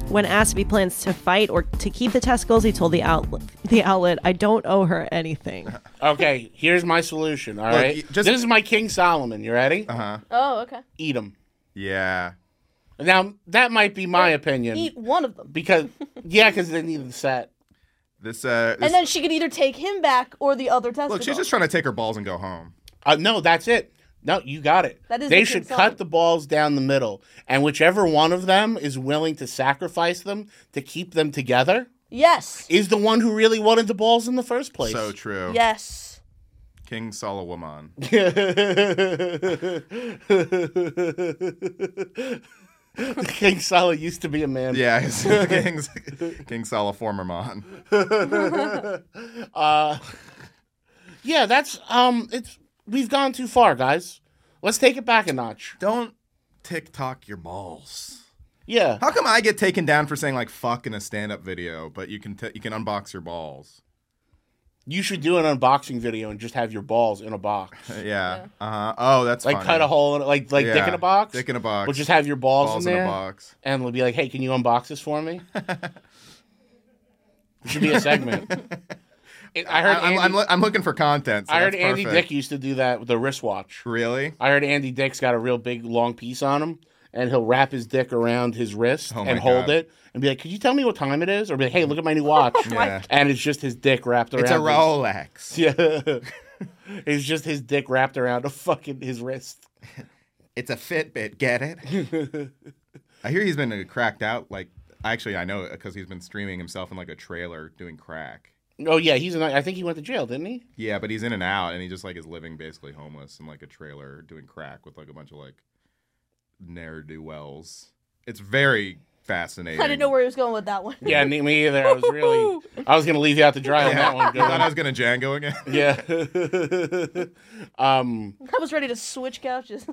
I: When asked if he plans to fight or to keep the testicles, he told the outlet, the outlet I don't owe her anything.
E: Okay, here's my solution. All right,
I: Look, you- Uh-huh.
E: just... this is my King Solomon. You ready? Uh
F: huh.
G: Oh, okay.
E: Eat them.
F: Yeah.
E: Now that might be my opinion
G: Eat one of them,
E: because yeah, because they needed the set.
F: This uh.
G: and then she could either take him back or the other testicle.
F: Look, she's just trying to take her balls and go home.
E: Uh, no, that's it. No, you got it.
G: That is
E: they
G: the
E: should
G: King
E: cut the balls down the middle, and whichever one of them is willing to sacrifice them to keep them together
G: Yes.
E: is the one who really wanted the balls in the first place.
F: So true.
G: Yes.
F: King Solomon.
E: King Sala used to be a man.
F: Yeah, it's King, King Sala former mon.
E: uh, yeah, that's um, it's we've gone too far, guys. Let's take it back a notch.
F: Don't TikTok your balls.
E: Yeah.
F: How come I get taken down for saying like fuck in a stand-up video, but you can t- you can unbox your balls?
E: You should do an unboxing video and just have your balls in a box.
F: Yeah. Uh-huh. Oh, that's
E: like
F: funny.
E: cut a hole in it, like like dick
F: Yeah,
E: in a box.
F: dick in a box.
E: But just have your balls,
F: Balls
E: in,
F: in a
E: there,
F: box.
E: and we'll be like, hey, can you unbox this for me? it should be a segment. It- I heard.
F: I, am
E: Andy,
F: I'm, loo- I'm looking for content. so
E: I heard
F: that's
E: Andy
F: perfect.
E: Dick used to do that with the wristwatch.
F: Really?
E: I heard Andy Dick's got a real big long piece on him, and he'll wrap his dick around his wrist
F: Oh my
E: and hold
F: God.
E: it, and be like, "Could you tell me what time it is?" Or be like, "Hey, look at my new watch."
F: my Yeah.
E: And it's just his dick wrapped around.
F: It's a
E: his-
F: Rolex.
E: Yeah. it's just his dick wrapped around a fucking his wrist.
F: It's a Fitbit. Get it? I hear he's been uh, cracked out. Like, actually, I know because he's been streaming himself in like a trailer doing crack.
E: Oh yeah, he's. An, I think he went to jail, didn't he?
F: Yeah, but he's in and out, and he just like is living basically homeless in like a trailer doing crack with like a bunch of like ne'er do wells. It's very fascinating.
G: I didn't know where he was going with that one.
E: Yeah, me- me either. I was really, I was gonna leave you out to dry on that one.
F: You thought I was gonna Django again.
E: Yeah. um.
G: I was ready to switch couches.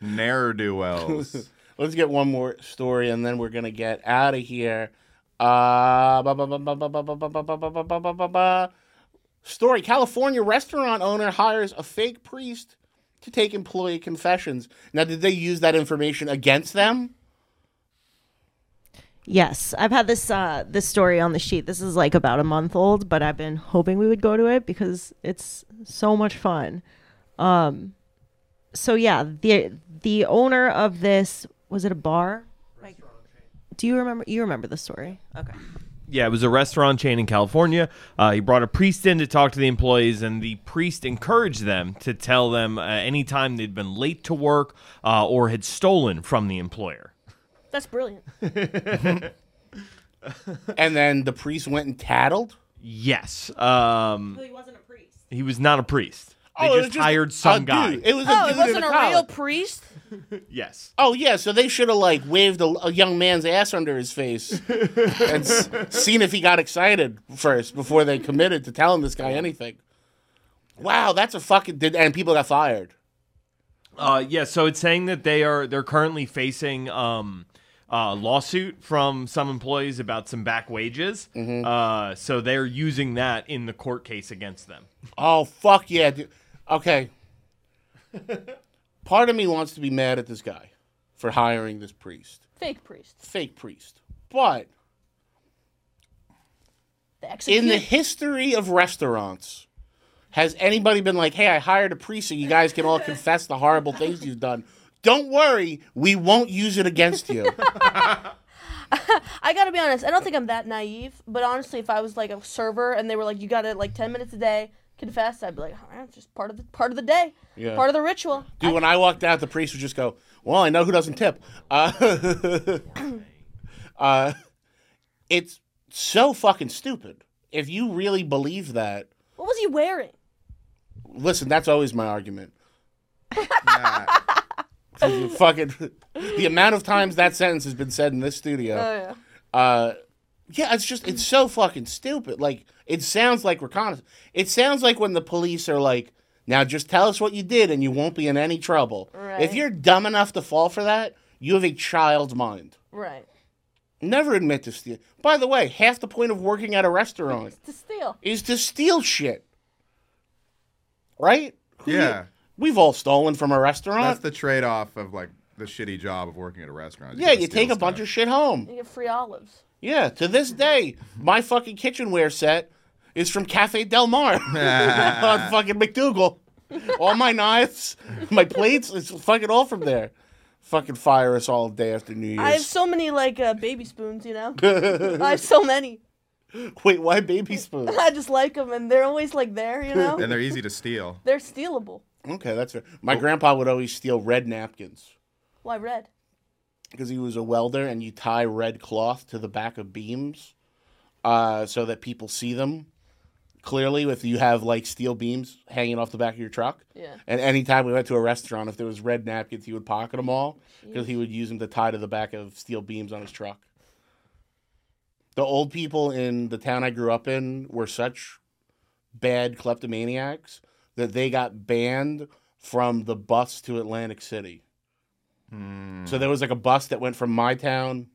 F: Ne'er do wells.
E: Let's get one more story, and then we're gonna get out of here. Uh, ba- ba- ba- ba- ba- ba- ba- ba- ba- ba- ba- ba- ba- ba- ba- ba. story: California restaurant owner hires a fake priest to take employee confessions. Now, did they use that information against them?
I: Yes, I've had this uh, this story on the sheet. This is like about a month old, but I've been hoping we would go to it because it's so much fun. Um, so yeah, the the owner of this was it a bar? Like, do you remember? You remember the story? Okay.
L: Yeah, it was a restaurant chain in California. Uh, he brought a priest in to talk to the employees, and the priest encouraged them to tell them uh, anytime they'd been late to work uh, or had stolen from the employer.
G: That's brilliant.
E: And then the priest went and tattled.
L: Yes. Um, he wasn't a priest. He was not a priest. They
E: Oh, it was
L: just,
E: just
L: hired
E: a
L: some
E: dude.
L: guy.
E: It was a
G: oh,
E: dude
G: it
E: in
G: wasn't
E: a
G: a,
E: collar.
G: real priest.
L: yes.
E: Oh yeah, so they should have like waved a, a young man's ass under his face and s- seen if he got excited first before they committed to telling this guy anything. Wow, that's a fucking did, and people got fired.
L: Uh, yeah, so it's saying that they are they're currently facing um, a lawsuit from some employees about some back wages.
F: Mm-hmm.
L: Uh, so they're using that in the court case against them.
E: Oh fuck yeah, dude. okay. Part of me wants to be mad at this guy for hiring this priest,
G: Fake priest.
E: fake priest. But
G: The
E: in the
G: execution.
E: history of restaurants, has anybody been like, "Hey, I hired a priest, so you guys can all confess the horrible things you've done"? Don't worry, we won't use it against you.
G: I gotta be honest. I don't think I'm that naive, but honestly, if I was like a server and they were like, "You got to like ten minutes a day, confess," I'd be like, "All right, it's just part of the part of the day,
E: Yeah.
G: part of the ritual."
E: Dude, when I walked out, the priest would just go, "Well, I know who doesn't tip." Uh, uh, it's so fucking stupid. If you really believe that,
G: What was he wearing?
E: listen, that's always my argument. You fucking the amount of times that sentence has been said in this studio.
G: Oh
E: Uh, yeah, it's just it's so fucking stupid. Like it sounds like reconnaissance. It sounds like when the police are like, "Now just tell us what you did, and you won't be in any trouble."
G: Right.
E: If you're dumb enough to fall for that, you have a child's mind.
G: yeah, right.
E: Never admit to steal. By the way, half the point of working at a restaurant
G: To steal.
E: is to steal shit. Right? Who-
F: Yeah.
E: We've all stolen from a restaurant.
F: That's the trade off of like the shitty job of working at a restaurant.
E: yeah, you take a bunch of shit home.
G: You get free olives.
E: Yeah, to this day, my fucking kitchenware set is from Cafe Del Mar on fucking McDougal. All my knives, my plates, it's fucking all from there. Fucking fire us all day after New Year's.
G: I have so many like uh, baby spoons, you know. I have so many.
E: Wait, why baby spoon?
G: I just like them, and they're always like there, you know.
F: And they're easy to steal.
G: They're stealable.
E: Okay, that's fair. My grandpa would always steal red napkins
G: Why red?
E: because he was a welder, and you tie red cloth to the back of beams uh, so that people see them clearly. If you have like steel beams hanging off the back of your truck,
G: Yeah.
E: And anytime we went to a restaurant, if there was red napkins, he would pocket them all because he would use them to tie to the back of steel beams on his truck. The old people in the town I grew up in were such bad kleptomaniacs that they got banned from the bus to Atlantic City. So there was like a bus that went from my town,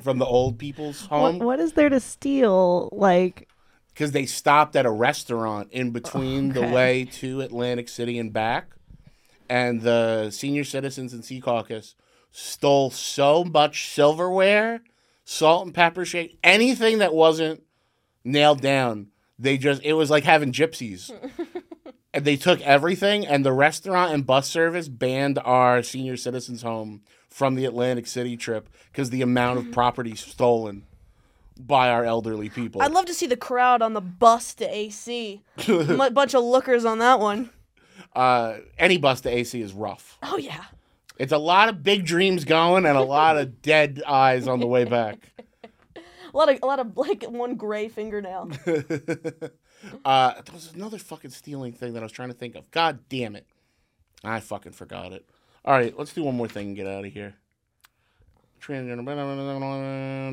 E: from the old people's
I: What-
E: home,
I: what is there to steal? Like,
E: because they stopped at a restaurant in between the
I: Okay.
E: way to Atlantic City and back. And the senior citizens and Sea Caucus stole so much silverware, salt and pepper shake, anything that wasn't nailed down. They just, it was like having gypsies. and they took everything, and the restaurant and bus service banned our senior citizens home from the Atlantic City trip because the amount of property stolen by our elderly people.
G: I'd love to see the crowd on the bus to AC. M- bunch of lookers on that one.
E: uh, any bus to AC is rough.
G: Oh yeah.
E: It's a lot of big dreams going and a lot of dead eyes on the way back.
G: A lot of a lot of like one gray fingernail.
E: Uh, there was another fucking stealing thing that I was trying to think of. God damn it. I fucking forgot it. All right, let's do one more thing and get out of here.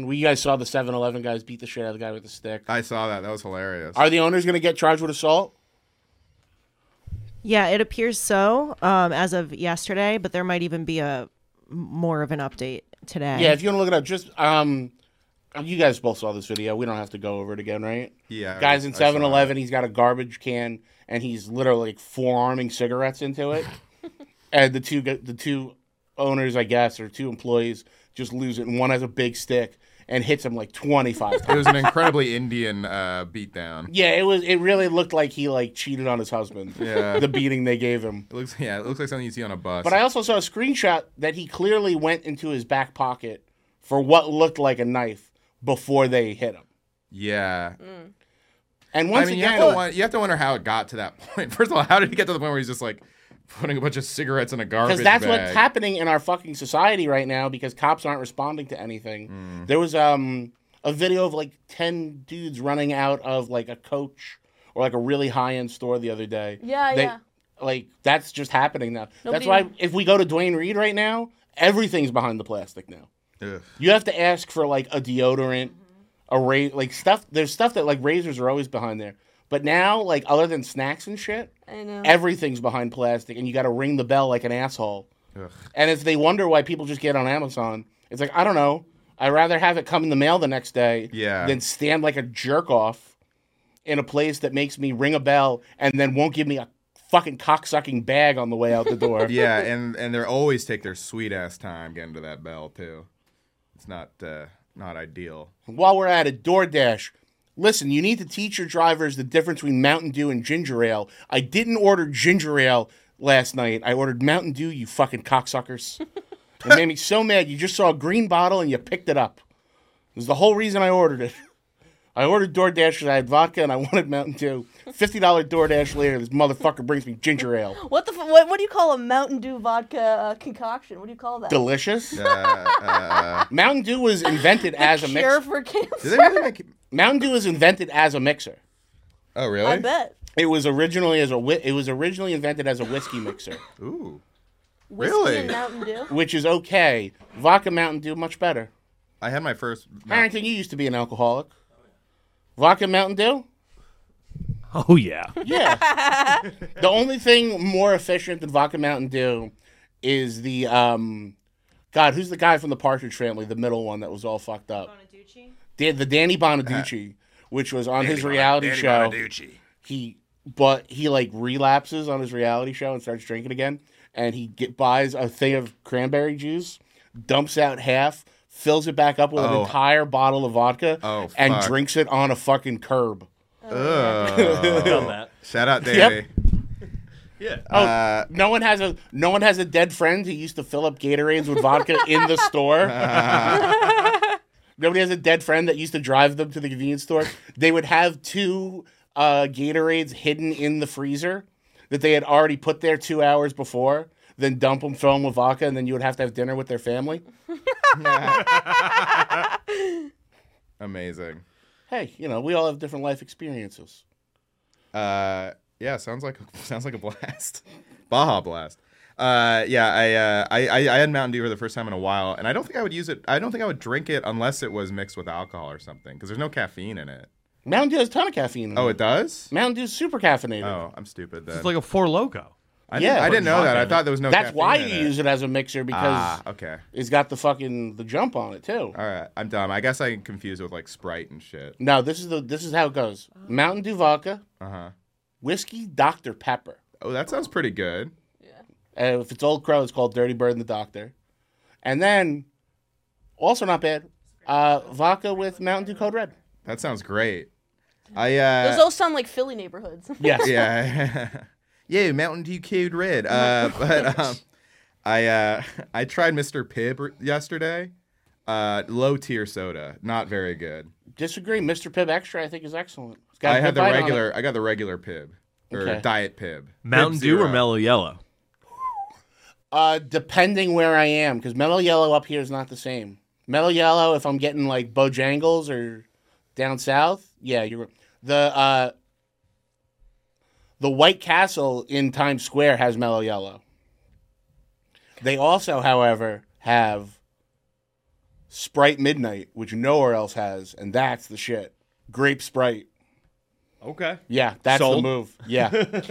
E: We you guys saw the 7 Eleven guys beat the shit out of the guy with the stick.
F: I saw that. That was hilarious.
E: Are the owners going to get charged with assault?
I: yeah, it appears so um, as of yesterday, but there might even be a more of an update today.
E: Yeah, if you want to look it up, just um, you guys both saw this video. We don't have to go over it again, right?
F: Yeah, I-
E: Guys in
F: I saw
E: 7-Eleven, he's got a garbage can and he's literally like forearming cigarettes into it, and the two gu- the two owners, I guess, or two employees, just lose it, and one has a big stick and hits him like twenty five times.
F: It was an incredibly Indian uh, beatdown.
E: Yeah, it was. It really looked like he like cheated on his husband.
F: Yeah.
E: the beating they gave him.
F: It looks yeah, it looks like something you see on a bus.
E: But I also saw a screenshot that he clearly went into his back pocket for what looked like a knife before they hit him.
F: yeah.
E: And once
F: I mean,
E: again, oh,
F: you have, to, won- you have to wonder how it got to that point. First of all, how did he get to the point where he's just like putting a bunch of cigarettes in a garbage
E: because that's
F: bag?
E: what's happening in our fucking society right now because cops aren't responding to anything.
F: Mm.
E: There was um a video of like 10 dudes running out of like a coach or like a really high-end store the other day.
G: Yeah,
E: They-
G: yeah.
E: Like that's just happening now.
G: Nobody-
E: That's why if we go to Dwayne Reed right now, everything's behind the plastic now.
F: Ugh.
E: You have to ask for like a deodorant,
G: Mm-hmm.
E: a ra- like stuff. There's stuff that like razors are always behind there, but now like other than snacks and shit,
G: I know.
E: everything's behind plastic, and you got to ring the bell like an asshole. And if they wonder why people just get on Amazon, it's like I don't know. I'd rather have it come in the mail the next day
F: Yeah.
E: than stand like a jerk off in a place that makes me ring a bell and then won't give me a fucking cocksucking bag on the way out the door.
D: yeah, and and they are always take their sweet ass time getting to that bell too. It's not uh, not ideal.
E: While we're at it, DoorDash. Listen, you need to teach your drivers the difference between Mountain Dew and ginger ale. I didn't order ginger ale last night. I ordered Mountain Dew, you fucking cocksuckers. it made me so mad. You just saw a green bottle and you picked it up. It was the whole reason I ordered it. I ordered DoorDash because I had vodka and I wanted Mountain Dew. $50 DoorDash later, this motherfucker brings me ginger ale.
G: What the? F- what, what do you call a Mountain Dew vodka uh, concoction? What do you call that?
E: Delicious.
G: Uh,
E: Mountain Dew was invented as a
G: Cure
E: mixer.
G: for cancer.
E: Mountain Dew was invented as a mixer.
D: Oh really?
G: I bet.
E: It was originally as a whi- it was originally invented as a whiskey mixer.
D: Ooh.
G: Whiskey and Mountain Dew.
E: Which is okay. Vodka Mountain Dew much better.
D: I had my first.
E: Harrington, you used to be an alcoholic. Vodka Mountain Dew.
F: Oh yeah.
E: Yeah. the only thing more efficient than Vodka Mountain Dew is the um, God, who's the guy from the Partridge Family, the middle one that was all fucked up? Bonaducci. The, Danny Bonaducci, which was on his reality
M: Uh, Danny
E: show.
M: Bonaducci.
E: He, but he like relapses on his reality show and starts drinking again, and he get, buys a thing of cranberry juice, dumps out half. Fills it back up with an
D: Oh.
E: entire bottle of vodka
D: Oh,
E: and
D: fuck.
E: drinks it on a fucking curb.
D: Oh.
E: Done that.
D: Shout out
E: Yep.
D: Danny.
F: Yeah.
E: Oh,
D: Uh,
E: no one has a no one has a dead friend who used to fill up Gatorades with vodka in the store. Nobody has a dead friend that used to drive them to the convenience store. They would have two uh, Gatorades hidden in the freezer that they had already put there two hours before. Then dump them, fill them with vodka, and then you would have to have dinner with their family.
D: Amazing.
E: Hey, you know we all have different life experiences.
D: Uh, yeah, sounds like sounds like a blast. Baja blast. Uh, yeah, I, uh, I I I had Mountain Dew for the first time in a while, and I don't think I would use it. I don't think I would drink it unless it was mixed with alcohol or something, because there's no caffeine in it.
E: Mountain Dew has a ton of caffeine. In
D: Oh, it does.
E: Mountain Dew's super caffeinated.
D: Oh, I'm stupid. Then.
F: It's like a four loco.
D: I didn't- I didn't know that. I thought there was no
E: That's
D: caffeine
E: why
D: in
E: you
D: it.
E: use it as a mixer because
D: Ah, okay.
E: it's got the fucking the jump on it too.
D: All right, I'm dumb. I guess I confuse it with like Sprite and shit.
E: No, this is the this is how it goes. Mountain Dew vodka,
D: Uh huh.
E: whiskey, Dr Pepper.
D: Oh, that sounds pretty good.
E: Uh, if it's Old Crow, it's called Dirty Bird and the Doctor. And then, also not bad, uh, vodka with Mountain Dew Code Red.
D: That sounds great. I uh,
G: Those all sound like Philly neighborhoods.
D: yeah. yeah, Mountain Dew Code Red. Uh, but um, I uh, I tried Mr. Pibb yesterday. Uh, low tier soda, not very good.
E: Disagree. Mr. Pibb Extra, I think, is excellent. It's got
D: I had the
E: Pibite on it.
D: regular. I got the regular Pib or
E: Okay.
D: Diet Pib.
F: Mountain
D: Pib
F: Dew or
D: Zero.
F: Mellow Yellow?
E: Uh, depending where I am, because mellow yellow up here is not the same. Mellow yellow, if I'm getting like Bojangles or down south, yeah, you're the uh, the White Castle in Times Square has mellow yellow. They also, however, have Sprite Midnight, which nowhere else has, and that's the shit. Grape Sprite,
F: Okay.
E: yeah, that's the
F: Sold.
E: move. Yeah,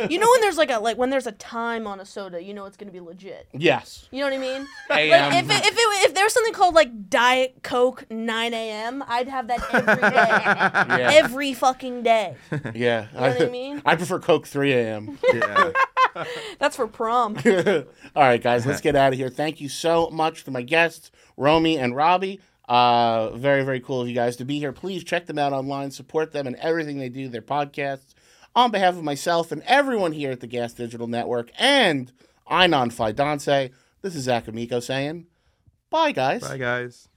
G: you know when there's like a like when there's a time on a soda, you know it's gonna be legit.
E: yes.
G: You know what I mean?
E: Hey, um,
G: like if it, if it, if there was something called like Diet Coke 9 a.m., I'd have that every day,
E: Yeah.
G: every fucking day.
E: Yeah.
G: You know what I mean?
E: I prefer Coke 3 a.m.
D: Yeah.
G: That's for prom.
E: All right, guys, let's get out of here. Thank you so much to my guests, Romy and Robbie. Uh, very, very cool of you guys to be here. Please check them out online, support them and everything they do, their podcasts. On behalf of myself and everyone here at the Gas Digital Network and Einon Fidance, this is Zach Amico saying, bye, guys.
D: Bye guys.